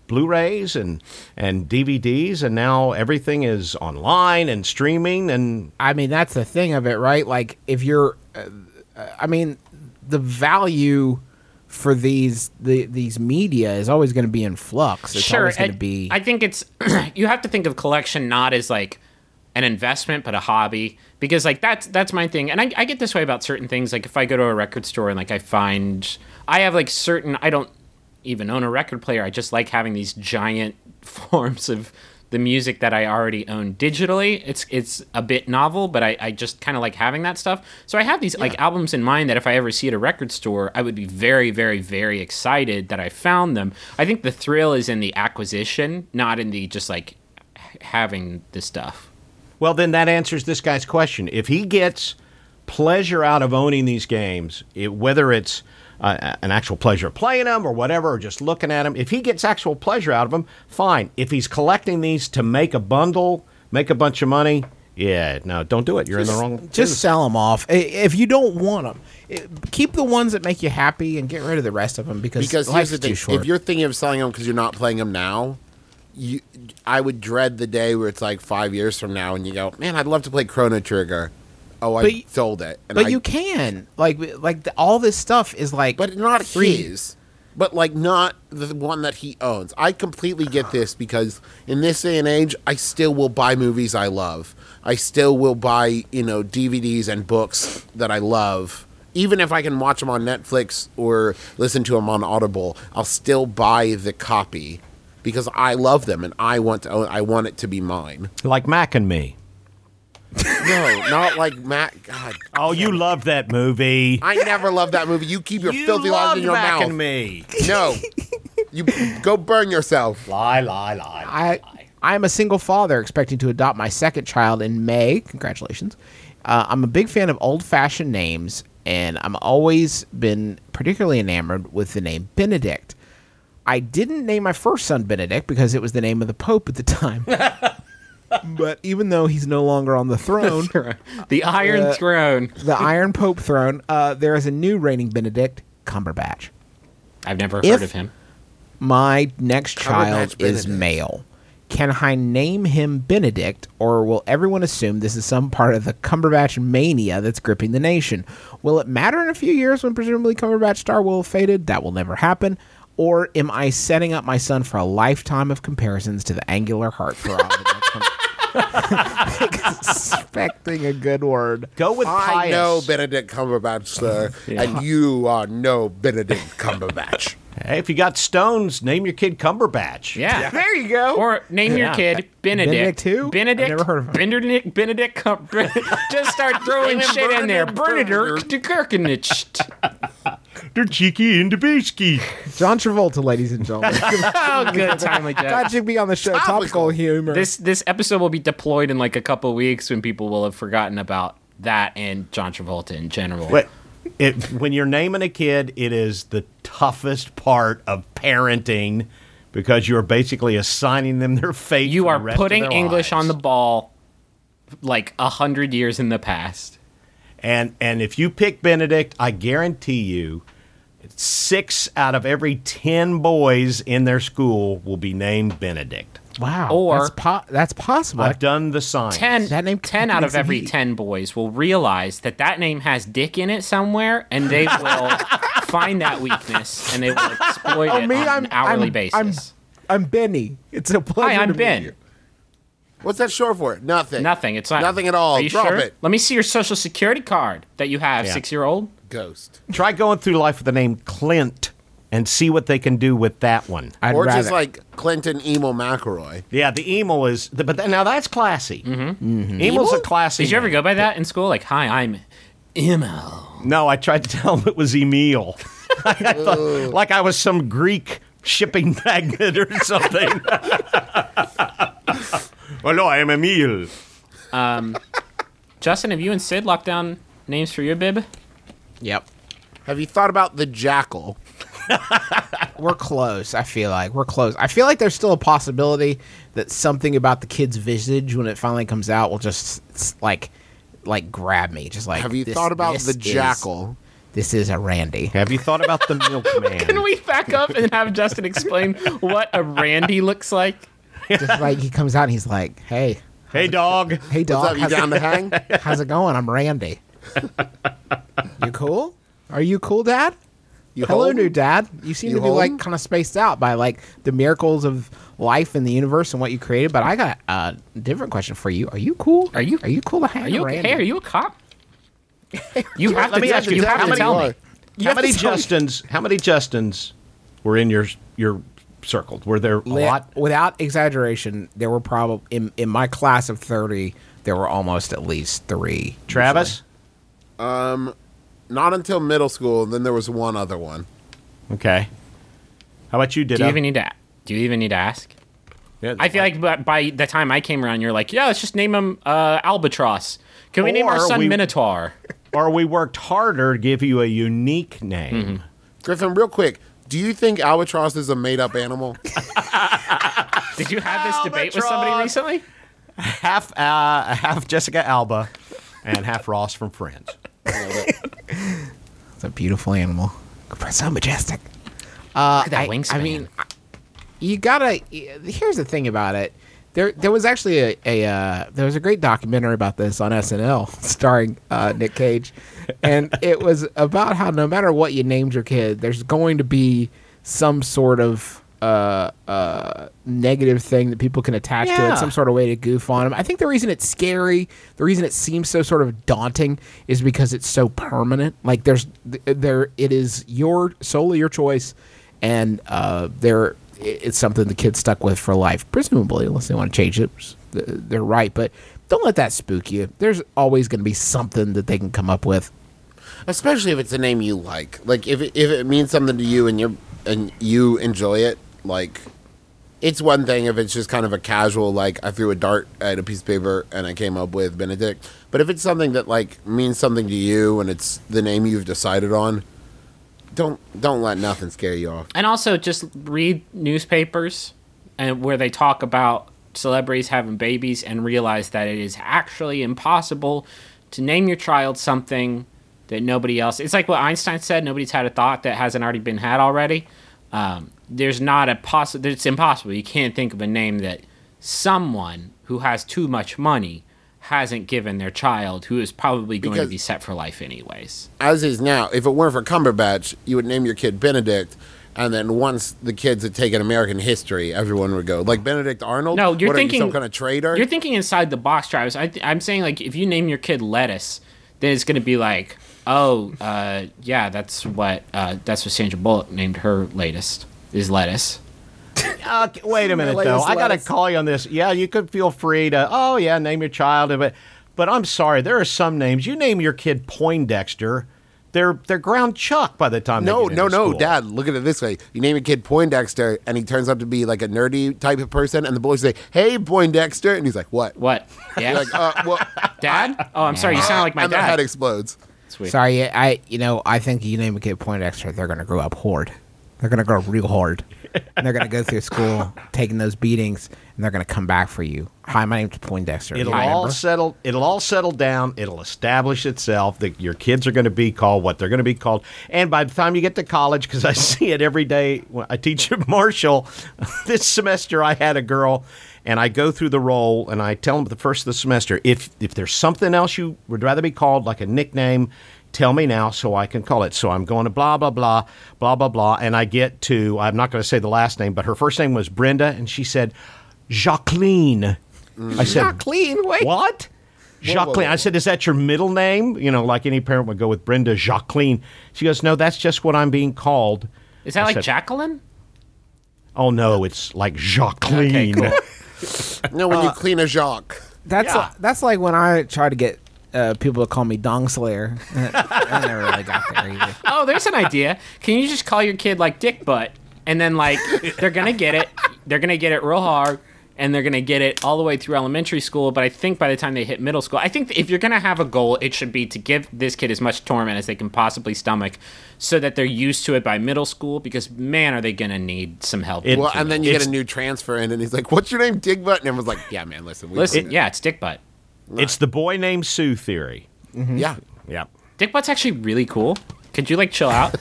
[SPEAKER 5] Blu-rays and and DVDs, and now everything is online and streaming and
[SPEAKER 2] I mean, that's the thing of it, right? Like, if you're, uh, I mean, the value for these the these media is always going to be in flux. It's always going
[SPEAKER 4] I-
[SPEAKER 2] to be.
[SPEAKER 4] I think it's [clears throat] you have to think of collection not as like an investment but a hobby because like that's that's my thing and I, I get this way about certain things like if i go to a record store and like i find i have like certain i don't even own a record player i just like having these giant [laughs] forms of the music that i already own digitally it's it's a bit novel but i, I just kind of like having that stuff so i have these like albums in mind that if i ever see at a record store i would be very very very excited that i found them i think the thrill is in the acquisition not in the just like h- having the stuff
[SPEAKER 5] Well, then that answers this guy's question. If he gets pleasure out of owning these games, it, whether it's uh, a- an actual pleasure of playing them or whatever, or just looking at them, if he gets actual pleasure out of them, fine. If he's collecting these to make a bundle, make a bunch of money, yeah, no, don't do it. You're in the wrong.
[SPEAKER 2] just sell them off I- if you don't want them. Keep the ones that make you happy and get rid of the rest of them because,
[SPEAKER 3] Because here's
[SPEAKER 2] life's
[SPEAKER 3] the
[SPEAKER 2] too
[SPEAKER 3] thing:
[SPEAKER 2] short.
[SPEAKER 3] if you're thinking of selling them because you're not playing them now, you, I would dread the day where it's like five years from now, and you go, "Man, I'd love to play Chrono Trigger." Oh, I
[SPEAKER 2] But-
[SPEAKER 3] sold it, and
[SPEAKER 2] but
[SPEAKER 3] I-
[SPEAKER 2] you can like like the, all this stuff is like
[SPEAKER 3] but not
[SPEAKER 2] free.
[SPEAKER 3] his, but like not the one that he owns. I completely get this because in this day and age, I still will buy movies I love. I still will buy you know DVDs and books that I love. Even if I can watch them on Netflix or listen to them on Audible, I'll still buy the copy because I love them and I want to own. I want it to be mine.
[SPEAKER 5] like Mac and me.
[SPEAKER 3] No, not like Matt. God,
[SPEAKER 5] Oh, you love that movie.
[SPEAKER 3] I never loved that movie. You keep your filthy lies in your
[SPEAKER 5] Mac
[SPEAKER 3] mouth.
[SPEAKER 5] and me.
[SPEAKER 2] [laughs]
[SPEAKER 3] No. You go burn yourself.
[SPEAKER 5] Lie, lie, lie.
[SPEAKER 2] I I am a single father expecting to adopt my second child in May. Congratulations. Uh, I'm a big fan of old fashioned names, and I'm always been particularly enamored with the name Benedict. I didn't name my first son Benedict because it was the name of the Pope at the
[SPEAKER 3] [laughs]
[SPEAKER 2] time. but even though he's no longer on the throne,
[SPEAKER 4] the iron
[SPEAKER 2] Uh,
[SPEAKER 4] throne
[SPEAKER 2] the Iron Pope throne, uh, there is a new reigning Benedict, Cumberbatch.
[SPEAKER 4] i've never
[SPEAKER 2] if-
[SPEAKER 4] heard of him
[SPEAKER 2] My next child
[SPEAKER 3] Cumberbatch
[SPEAKER 2] is
[SPEAKER 3] Benedict.
[SPEAKER 2] male. Can I name him Benedict, or will everyone assume this is some part of the Cumberbatch mania that's gripping the nation? Will it matter in a few years when presumably Cumberbatch star will have faded? That will never happen. Or am I setting up my son for a lifetime of comparisons to the angular heartthrob? expecting a good word.
[SPEAKER 5] Go with
[SPEAKER 3] I
[SPEAKER 5] pious.
[SPEAKER 3] know Benedict Cumberbatch, sir, and you are no
[SPEAKER 2] [laughs]
[SPEAKER 3] Benedict Cumberbatch.
[SPEAKER 5] hey, if you got stones, name your kid Cumberbatch.
[SPEAKER 4] yeah,
[SPEAKER 2] There you go.
[SPEAKER 4] Or name your
[SPEAKER 5] Yeah.
[SPEAKER 4] kid Benedict.
[SPEAKER 2] Benedict who?
[SPEAKER 4] Benedict.
[SPEAKER 2] I've never heard of him.
[SPEAKER 4] Benedict. Benedict. Cum- [laughs] Just
[SPEAKER 2] [laughs]
[SPEAKER 4] start throwing
[SPEAKER 3] Name him
[SPEAKER 4] shit in there.
[SPEAKER 3] Bernadette
[SPEAKER 4] Benedict de Kirkenich.
[SPEAKER 5] They're cheeky and debisky.
[SPEAKER 2] [laughs] John Travolta, ladies and [laughs] gentlemen.
[SPEAKER 5] [laughs]
[SPEAKER 4] Oh, good timely
[SPEAKER 2] Glad
[SPEAKER 4] death.
[SPEAKER 2] you'd be on the show. Topical humor.
[SPEAKER 4] This this episode will be deployed in like a couple weeks when people will have forgotten about that and John Travolta in general.
[SPEAKER 5] But it, when you're naming a kid, it is the toughest part of parenting because you are basically assigning them their fate.
[SPEAKER 4] You
[SPEAKER 5] for the
[SPEAKER 4] are
[SPEAKER 5] rest of
[SPEAKER 4] putting
[SPEAKER 5] their
[SPEAKER 4] English
[SPEAKER 5] lives.
[SPEAKER 4] on the ball like a hundred years in the past.
[SPEAKER 5] and and if you pick Benedict, I guarantee you, six out of every ten boys in their school will be named Benedict.
[SPEAKER 2] wow.
[SPEAKER 4] Or-
[SPEAKER 2] that's, po- that's possible.
[SPEAKER 5] I've done the science.
[SPEAKER 4] Ten,
[SPEAKER 2] That name
[SPEAKER 4] ten out
[SPEAKER 2] makes
[SPEAKER 4] of
[SPEAKER 2] it
[SPEAKER 4] every
[SPEAKER 2] easy.
[SPEAKER 4] ten boys will realize that that name has dick in it somewhere, and they
[SPEAKER 2] [laughs]
[SPEAKER 4] will find that weakness and they will exploit
[SPEAKER 2] Oh,
[SPEAKER 4] it on an hourly basis.
[SPEAKER 2] I'm, I'm Benny. It's a pleasure.
[SPEAKER 4] Hi, I'm
[SPEAKER 2] to meet
[SPEAKER 4] Ben.
[SPEAKER 2] you.
[SPEAKER 3] What's that short for? Nothing.
[SPEAKER 4] Nothing. It's not
[SPEAKER 3] nothing at all.
[SPEAKER 4] Are you
[SPEAKER 3] Drop
[SPEAKER 4] sure?
[SPEAKER 3] it.
[SPEAKER 4] Let me see your social security card that you have,
[SPEAKER 5] Yeah.
[SPEAKER 4] six year old.
[SPEAKER 3] Ghost.
[SPEAKER 5] Try going through life with the name Clint. and see what they can do with that one.
[SPEAKER 2] I'd
[SPEAKER 3] or
[SPEAKER 2] rather.
[SPEAKER 3] just like Clinton Emo McElroy.
[SPEAKER 5] Yeah, the emo is, the, but now that's classy. Mm-hmm. Emo's a classy.
[SPEAKER 4] Mm-hmm. Did you ever
[SPEAKER 5] name.
[SPEAKER 4] go by that in school? Like, hi, I'm Emil.
[SPEAKER 5] No, I tried to tell him it was Emil. [laughs] I thought, like I was some Greek shipping [laughs] magnate or something. well, no, I am Emil.
[SPEAKER 4] Justin, have you and Sid locked down names for your bib?
[SPEAKER 2] yep.
[SPEAKER 3] Have you thought about the jackal?
[SPEAKER 2] We're close. I feel like we're close. I feel like there's still a possibility that something about the kid's visage when it finally comes out will just s- like like grab me. Just like
[SPEAKER 3] Have you
[SPEAKER 2] this-
[SPEAKER 3] thought about
[SPEAKER 2] this
[SPEAKER 3] the
[SPEAKER 2] is-
[SPEAKER 3] jackal?
[SPEAKER 2] This is a Randy.
[SPEAKER 5] Have you thought about the milkman?
[SPEAKER 4] Can we back up and have Justin explain what a Randy looks like?
[SPEAKER 2] just like he comes out and he's like, "Hey,
[SPEAKER 5] Hey, dog.
[SPEAKER 2] hey,
[SPEAKER 3] What's
[SPEAKER 2] dog,
[SPEAKER 3] up? You
[SPEAKER 2] how's,
[SPEAKER 3] down
[SPEAKER 2] [laughs]
[SPEAKER 3] to hang?
[SPEAKER 2] it, how's it going? I'm Randy. you cool? Are you cool, Dad?
[SPEAKER 3] You
[SPEAKER 2] Hello,
[SPEAKER 3] home?
[SPEAKER 2] new dad. You seem
[SPEAKER 3] You
[SPEAKER 2] to be like
[SPEAKER 3] home?
[SPEAKER 2] kind of spaced out by like the miracles of life and the universe and what you created. But I got a different question for you. Are you cool?
[SPEAKER 4] Are you-
[SPEAKER 2] Are you cool to hang
[SPEAKER 4] Are you
[SPEAKER 2] around?
[SPEAKER 4] okay? Are you a cop? You have
[SPEAKER 5] Let
[SPEAKER 4] to.
[SPEAKER 5] me ask you,
[SPEAKER 4] you
[SPEAKER 5] how
[SPEAKER 4] have to
[SPEAKER 5] many
[SPEAKER 4] tell
[SPEAKER 3] are?
[SPEAKER 4] me.
[SPEAKER 5] how many Justins? How many Justins were in your your circle? Were there a
[SPEAKER 2] Li-
[SPEAKER 5] lot?
[SPEAKER 2] Without exaggeration, there were probably in in my class of thirty, there were almost at least three.
[SPEAKER 5] Travis.
[SPEAKER 3] Not until middle school, and then there was one other one.
[SPEAKER 5] Okay. How about you? Did
[SPEAKER 4] Do you even need to? Do you even need to ask? I feel like by, by the time I came around, you're like, yeah, let's just name him uh, Albatross. Can we name our
[SPEAKER 5] Or
[SPEAKER 4] son
[SPEAKER 5] we-
[SPEAKER 4] Minotaur?
[SPEAKER 5] or we worked harder to give you a unique name.
[SPEAKER 3] Griffin, real quick, do you think albatross is a made-up animal?
[SPEAKER 4] Did you have this debate with somebody
[SPEAKER 5] Albatross.
[SPEAKER 4] recently?
[SPEAKER 5] half uh, [laughs] half Jessica Alba and half Ross from Friends.
[SPEAKER 2] It's a beautiful animal. So majestic. Uh,
[SPEAKER 4] Look at that
[SPEAKER 2] I-
[SPEAKER 4] wingspan.
[SPEAKER 2] I mean, you gotta. Here's the thing about it. There, there was actually a, a uh, there was a great documentary about this on SNL [laughs] starring uh, Nick Cage, and it was about how no matter what you named your kid, there's going to be some sort of uh, uh, negative thing that people can attach to
[SPEAKER 5] Yeah.
[SPEAKER 2] it, some sort of way to goof on them. I think the reason it's scary, the reason it seems so sort of daunting, is because it's so permanent. Like there's th- there, it is your solely your choice, and uh, there i- it's something the kid's stuck with for life, presumably, unless they want to change it. s- th- They're right, but don't let that spook you. There's always going to be something that they can come up with.
[SPEAKER 3] Especially if it's a name you like. Like if it, if it means something to you and you and you enjoy it, like it's one thing if it's just kind of a casual like I threw a dart at a piece of paper and I came up with Benedict. But if it's something that like means something to you and it's the name you've decided on, don't don't let nothing scare you off.
[SPEAKER 4] And also, just read newspapers and where they talk about celebrities having babies and realize that it is actually impossible to name your child something that nobody else. It's like what Einstein said: nobody's had a thought that hasn't already been had already. Um, there's not a possible. It's impossible. You can't think of a name that someone who has too much money hasn't given their child, who is probably going to
[SPEAKER 3] Because-
[SPEAKER 4] be set for life anyways.
[SPEAKER 3] as is now, if it weren't for Cumberbatch, you would name your kid Benedict, and then once the kids had taken American history, everyone would go like Benedict Arnold.
[SPEAKER 4] No, you're
[SPEAKER 3] What are you,
[SPEAKER 4] thinking
[SPEAKER 3] some kind of traitor.
[SPEAKER 4] You're thinking inside the box, Travis. I th- I'm saying like if you name your kid lettuce, then it's gonna be like, oh, uh, yeah, that's what uh, that's what Sandra Bullock named her latest is lettuce.
[SPEAKER 5] Uh, wait a minute,
[SPEAKER 3] Let
[SPEAKER 5] though.
[SPEAKER 3] us-
[SPEAKER 5] I got to
[SPEAKER 3] let us-
[SPEAKER 5] call you on this. Yeah, you could feel free to. Oh yeah, name your child, but but I'm sorry, there are some names. You name your kid Poindexter, they're they're ground chuck by the time.
[SPEAKER 3] no,
[SPEAKER 5] they get
[SPEAKER 3] no,
[SPEAKER 5] into
[SPEAKER 3] no,
[SPEAKER 5] school.
[SPEAKER 3] Dad. Look at it this way: you name your kid Poindexter, and he turns out to be like a nerdy type of person, and the boys say, "Hey, Poindexter," and he's like, "What?"
[SPEAKER 4] What? Yeah,
[SPEAKER 3] You're like, [laughs] uh, well,
[SPEAKER 4] dad. Oh, I'm sorry. You sound like my
[SPEAKER 3] and their head
[SPEAKER 4] dad.
[SPEAKER 3] explodes.
[SPEAKER 4] Sweet.
[SPEAKER 2] Sorry, I you know I think you name a kid Poindexter, they're gonna grow up hard. They're gonna grow real hard. And they're gonna go through
[SPEAKER 5] [laughs]
[SPEAKER 2] school taking those beatings, and they're gonna come back for you. Hi, my name's Poindexter.
[SPEAKER 5] It'll
[SPEAKER 2] Hi,
[SPEAKER 5] all
[SPEAKER 2] remember?
[SPEAKER 5] settle. It'll all settle down. It'll establish itself. That your kids are going to be called what they're going to be called. And by the time you get to college, because I [laughs] see it every day when I teach at Marshall. [laughs] this semester, I had a girl, and I go through the role, and I tell them at the first of the semester, if if there's something else you would rather be called, like a nickname, tell me now so I can call it. So I'm going to blah blah blah blah blah blah, and I get to I'm not going to say the last name, but her first name was Brenda, and she said, Jacqueline. I said,
[SPEAKER 2] clean. Wait,
[SPEAKER 5] what? Jacqueline. I said, Is that your middle name? You know, like any parent would go with Brenda Jacqueline. She goes, No, that's just what I'm being called.
[SPEAKER 4] Is that like
[SPEAKER 5] Except-
[SPEAKER 4] Jacqueline?
[SPEAKER 5] Oh no, it's like Jacqueline.
[SPEAKER 3] [laughs] No, uh, when you clean a Jacques.
[SPEAKER 2] That's
[SPEAKER 5] Yeah.
[SPEAKER 2] that's like when I try to get uh, people to call me Dong Slayer. [laughs] I never really got there either.
[SPEAKER 4] Oh, there's an idea. Can you just call your kid like Dick Butt, and then like they're gonna get it. They're gonna get it real hard, and they're gonna get it all the way through elementary school. But I think by the time they hit middle school, I think if you're gonna have a goal, it should be to give this kid as much torment as they can possibly stomach, so that they're used to it by middle school. Because man, are they gonna need some help?
[SPEAKER 5] [laughs] It-
[SPEAKER 3] Well, and then you get
[SPEAKER 5] It's-
[SPEAKER 3] a new transfer in, and he's like, "What's your name, Digbutt?" And everyone's like, "Yeah, man, listen, we
[SPEAKER 4] Listen,
[SPEAKER 3] don't
[SPEAKER 4] yeah, it's Dick Butt.
[SPEAKER 5] It's the boy named Sue theory.
[SPEAKER 3] know." yeah,
[SPEAKER 5] Yep. [laughs]
[SPEAKER 4] Dick Butt's actually really cool. Could you like
[SPEAKER 3] [laughs]
[SPEAKER 4] chill out?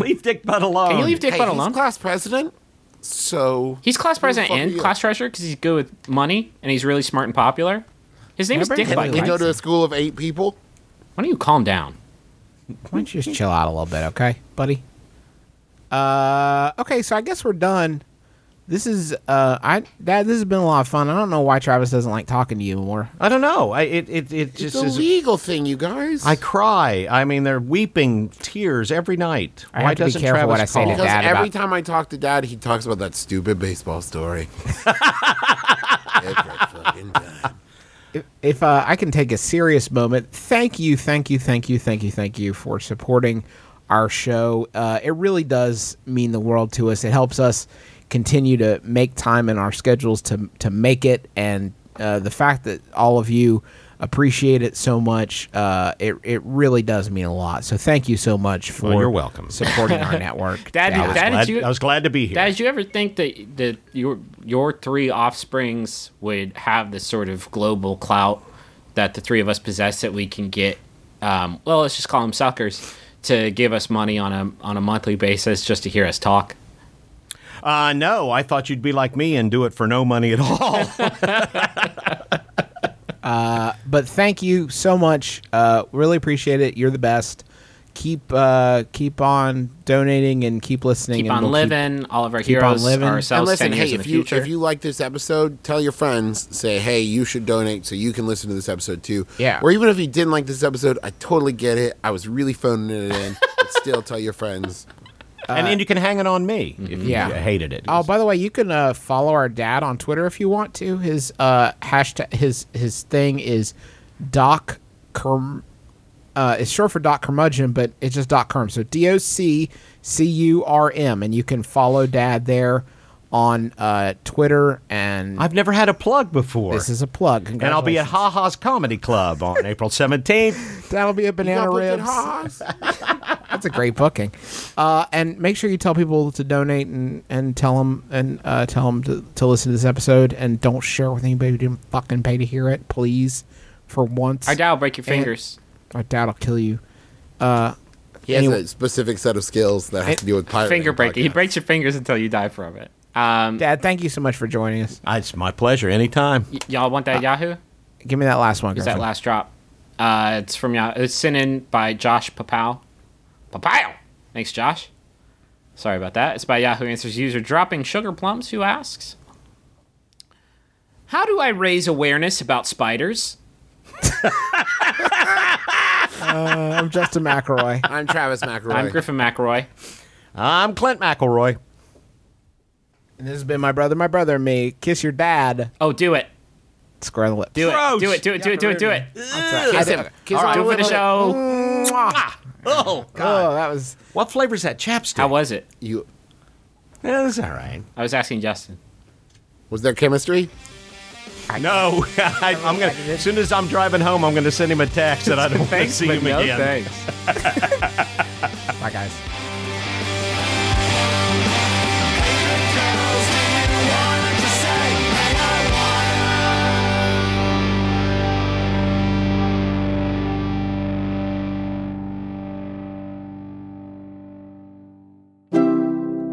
[SPEAKER 5] Leave Dick Butt alone.
[SPEAKER 4] Can you leave
[SPEAKER 3] Um,
[SPEAKER 4] Dick
[SPEAKER 3] Hey,
[SPEAKER 4] Butt
[SPEAKER 3] he's
[SPEAKER 4] alone?
[SPEAKER 3] class president, so
[SPEAKER 4] He's class president
[SPEAKER 3] fuck
[SPEAKER 4] and
[SPEAKER 3] you.
[SPEAKER 4] class treasurer because he's good with money and he's really smart and popular. His name
[SPEAKER 2] Remember
[SPEAKER 4] is Dick
[SPEAKER 2] him?
[SPEAKER 4] Butt.
[SPEAKER 3] can we
[SPEAKER 4] right?
[SPEAKER 3] go to a school of eight people?
[SPEAKER 4] Why don't you calm down?
[SPEAKER 2] Why don't you just chill out a little bit, okay, buddy? Uh, okay, so I guess we're done. This is uh, I that this has been a lot of fun. I don't know why Travis doesn't like talking to you more.
[SPEAKER 5] I don't know. I, it, it, it
[SPEAKER 3] It's
[SPEAKER 5] just
[SPEAKER 3] a
[SPEAKER 5] is.
[SPEAKER 3] legal thing, you guys.
[SPEAKER 5] I cry. I mean, they're weeping tears every night.
[SPEAKER 2] I
[SPEAKER 5] Why
[SPEAKER 2] have to be
[SPEAKER 5] doesn't
[SPEAKER 2] careful what I
[SPEAKER 5] Travis
[SPEAKER 2] say to
[SPEAKER 5] call?
[SPEAKER 3] because
[SPEAKER 2] Dad
[SPEAKER 3] every
[SPEAKER 2] about-
[SPEAKER 3] time I talk to Dad, he talks about that stupid baseball
[SPEAKER 4] [laughs]
[SPEAKER 3] story. every fucking time.
[SPEAKER 2] if uh, I can take a serious moment, thank you, thank you, thank you, thank you, thank you for supporting our show. Uh, it really does mean the world to us. It helps us continue to make time in our schedules to to make it, and uh, the fact that all of you appreciate it so much, uh, it it really does mean a lot. So thank you so much for
[SPEAKER 5] Well, you're welcome.
[SPEAKER 2] supporting
[SPEAKER 5] [laughs]
[SPEAKER 2] our network.
[SPEAKER 4] Dad,
[SPEAKER 2] Yeah.
[SPEAKER 4] Dad,
[SPEAKER 5] Glad-
[SPEAKER 4] did you,
[SPEAKER 5] I was glad to be here.
[SPEAKER 4] Dad, did you ever think that that your your three offsprings would have this sort of global clout that the three of us possess that we can get? Um, well, let's just call them suckers to give us money on a on a monthly basis just to hear us talk.
[SPEAKER 5] Uh, no, I thought you'd be like me and do it for no money
[SPEAKER 3] [laughs]
[SPEAKER 5] at all.
[SPEAKER 2] but thank you so much. Uh, really appreciate it. You're the best. Keep uh, keep on donating and keep listening.
[SPEAKER 4] Keep
[SPEAKER 2] and
[SPEAKER 4] on
[SPEAKER 2] we'll
[SPEAKER 4] living. all of our
[SPEAKER 2] on
[SPEAKER 4] heroes
[SPEAKER 2] living.
[SPEAKER 4] are
[SPEAKER 3] And
[SPEAKER 4] ourselves
[SPEAKER 3] listen,
[SPEAKER 4] ten years
[SPEAKER 3] hey,
[SPEAKER 4] in the
[SPEAKER 3] if you
[SPEAKER 4] future.
[SPEAKER 3] if you like this episode, tell your friends. Say, hey, you should donate so you can listen to this episode too.
[SPEAKER 2] Yeah.
[SPEAKER 3] Or even if you didn't like this episode, I totally get it. I was really phoning it in. but
[SPEAKER 4] [laughs]
[SPEAKER 3] still, tell your friends.
[SPEAKER 5] and then you can hang it on me if you
[SPEAKER 2] Yeah.
[SPEAKER 5] hated it.
[SPEAKER 2] Oh, by the way, you can uh, follow our dad on Twitter if you want to. His uh, hashtag, his his thing is Doc Kerm. Uh, it's short for Doc Curmudgeon, but it's just Doc Curm. So D O C C U R M, and you can follow Dad there on uh, Twitter. And
[SPEAKER 5] I've never had a plug before.
[SPEAKER 2] this is a plug.
[SPEAKER 5] and I'll be at
[SPEAKER 2] Congratulations.
[SPEAKER 5] Ha Ha's Comedy Club on April 17th.
[SPEAKER 2] That'll be a banana
[SPEAKER 3] Got booked at
[SPEAKER 2] ribs.
[SPEAKER 4] [laughs]
[SPEAKER 3] Haas?
[SPEAKER 2] That's a great booking. Uh, and make sure you tell people to donate and, and tell them and uh, tell them to, to listen to this episode and don't share with anybody who didn't fucking pay to hear it, please. For once,
[SPEAKER 4] I doubt I'll break your
[SPEAKER 2] And-
[SPEAKER 4] fingers.
[SPEAKER 2] I doubt I'll kill you.
[SPEAKER 3] He has
[SPEAKER 2] Anyway.
[SPEAKER 3] a specific set of skills that has to do with pirating.
[SPEAKER 4] Finger breaking. He
[SPEAKER 3] podcasts.
[SPEAKER 4] breaks your fingers until you die from it. Um,
[SPEAKER 2] Dad, thank you so much for joining us.
[SPEAKER 5] Uh, It's my pleasure. Anytime.
[SPEAKER 4] y- y'all want
[SPEAKER 3] Uh,
[SPEAKER 4] that Yahoo?
[SPEAKER 2] Give me that last one.
[SPEAKER 4] Is that
[SPEAKER 2] Griffin.
[SPEAKER 4] last drop? Uh, it's from Yahoo. It's sent in by Josh Papao. Papao. Thanks, Josh. Sorry about that. It's by Yahoo Answers user dropping sugar plums who asks, "How do I raise awareness about spiders?"
[SPEAKER 2] I'm Justin McElroy.
[SPEAKER 3] I'm Travis McElroy.
[SPEAKER 4] [laughs] I'm Griffin McElroy.
[SPEAKER 5] I'm Clint McElroy.
[SPEAKER 2] [laughs] and this has been my brother, my brother, and me. Kiss your dad.
[SPEAKER 4] Oh, do it.
[SPEAKER 2] Square the lips.
[SPEAKER 4] Do it.
[SPEAKER 5] Gross.
[SPEAKER 4] Do it. Do it. Do it. Do it. Do it.
[SPEAKER 3] Kiss him. Kiss
[SPEAKER 4] All right,
[SPEAKER 3] him.
[SPEAKER 4] for the show.
[SPEAKER 5] Oh,
[SPEAKER 2] Oh, that was.
[SPEAKER 5] What flavor's that chapstick?
[SPEAKER 4] How was it?
[SPEAKER 3] You,
[SPEAKER 5] Yeah, it's all right.
[SPEAKER 4] I was asking Justin.
[SPEAKER 3] was there chemistry?
[SPEAKER 5] No, [laughs] I, I'm gonna. As soon as I'm driving home, I'm gonna send him a text that I don't want to see him again.
[SPEAKER 4] thanks.
[SPEAKER 2] Bye, guys.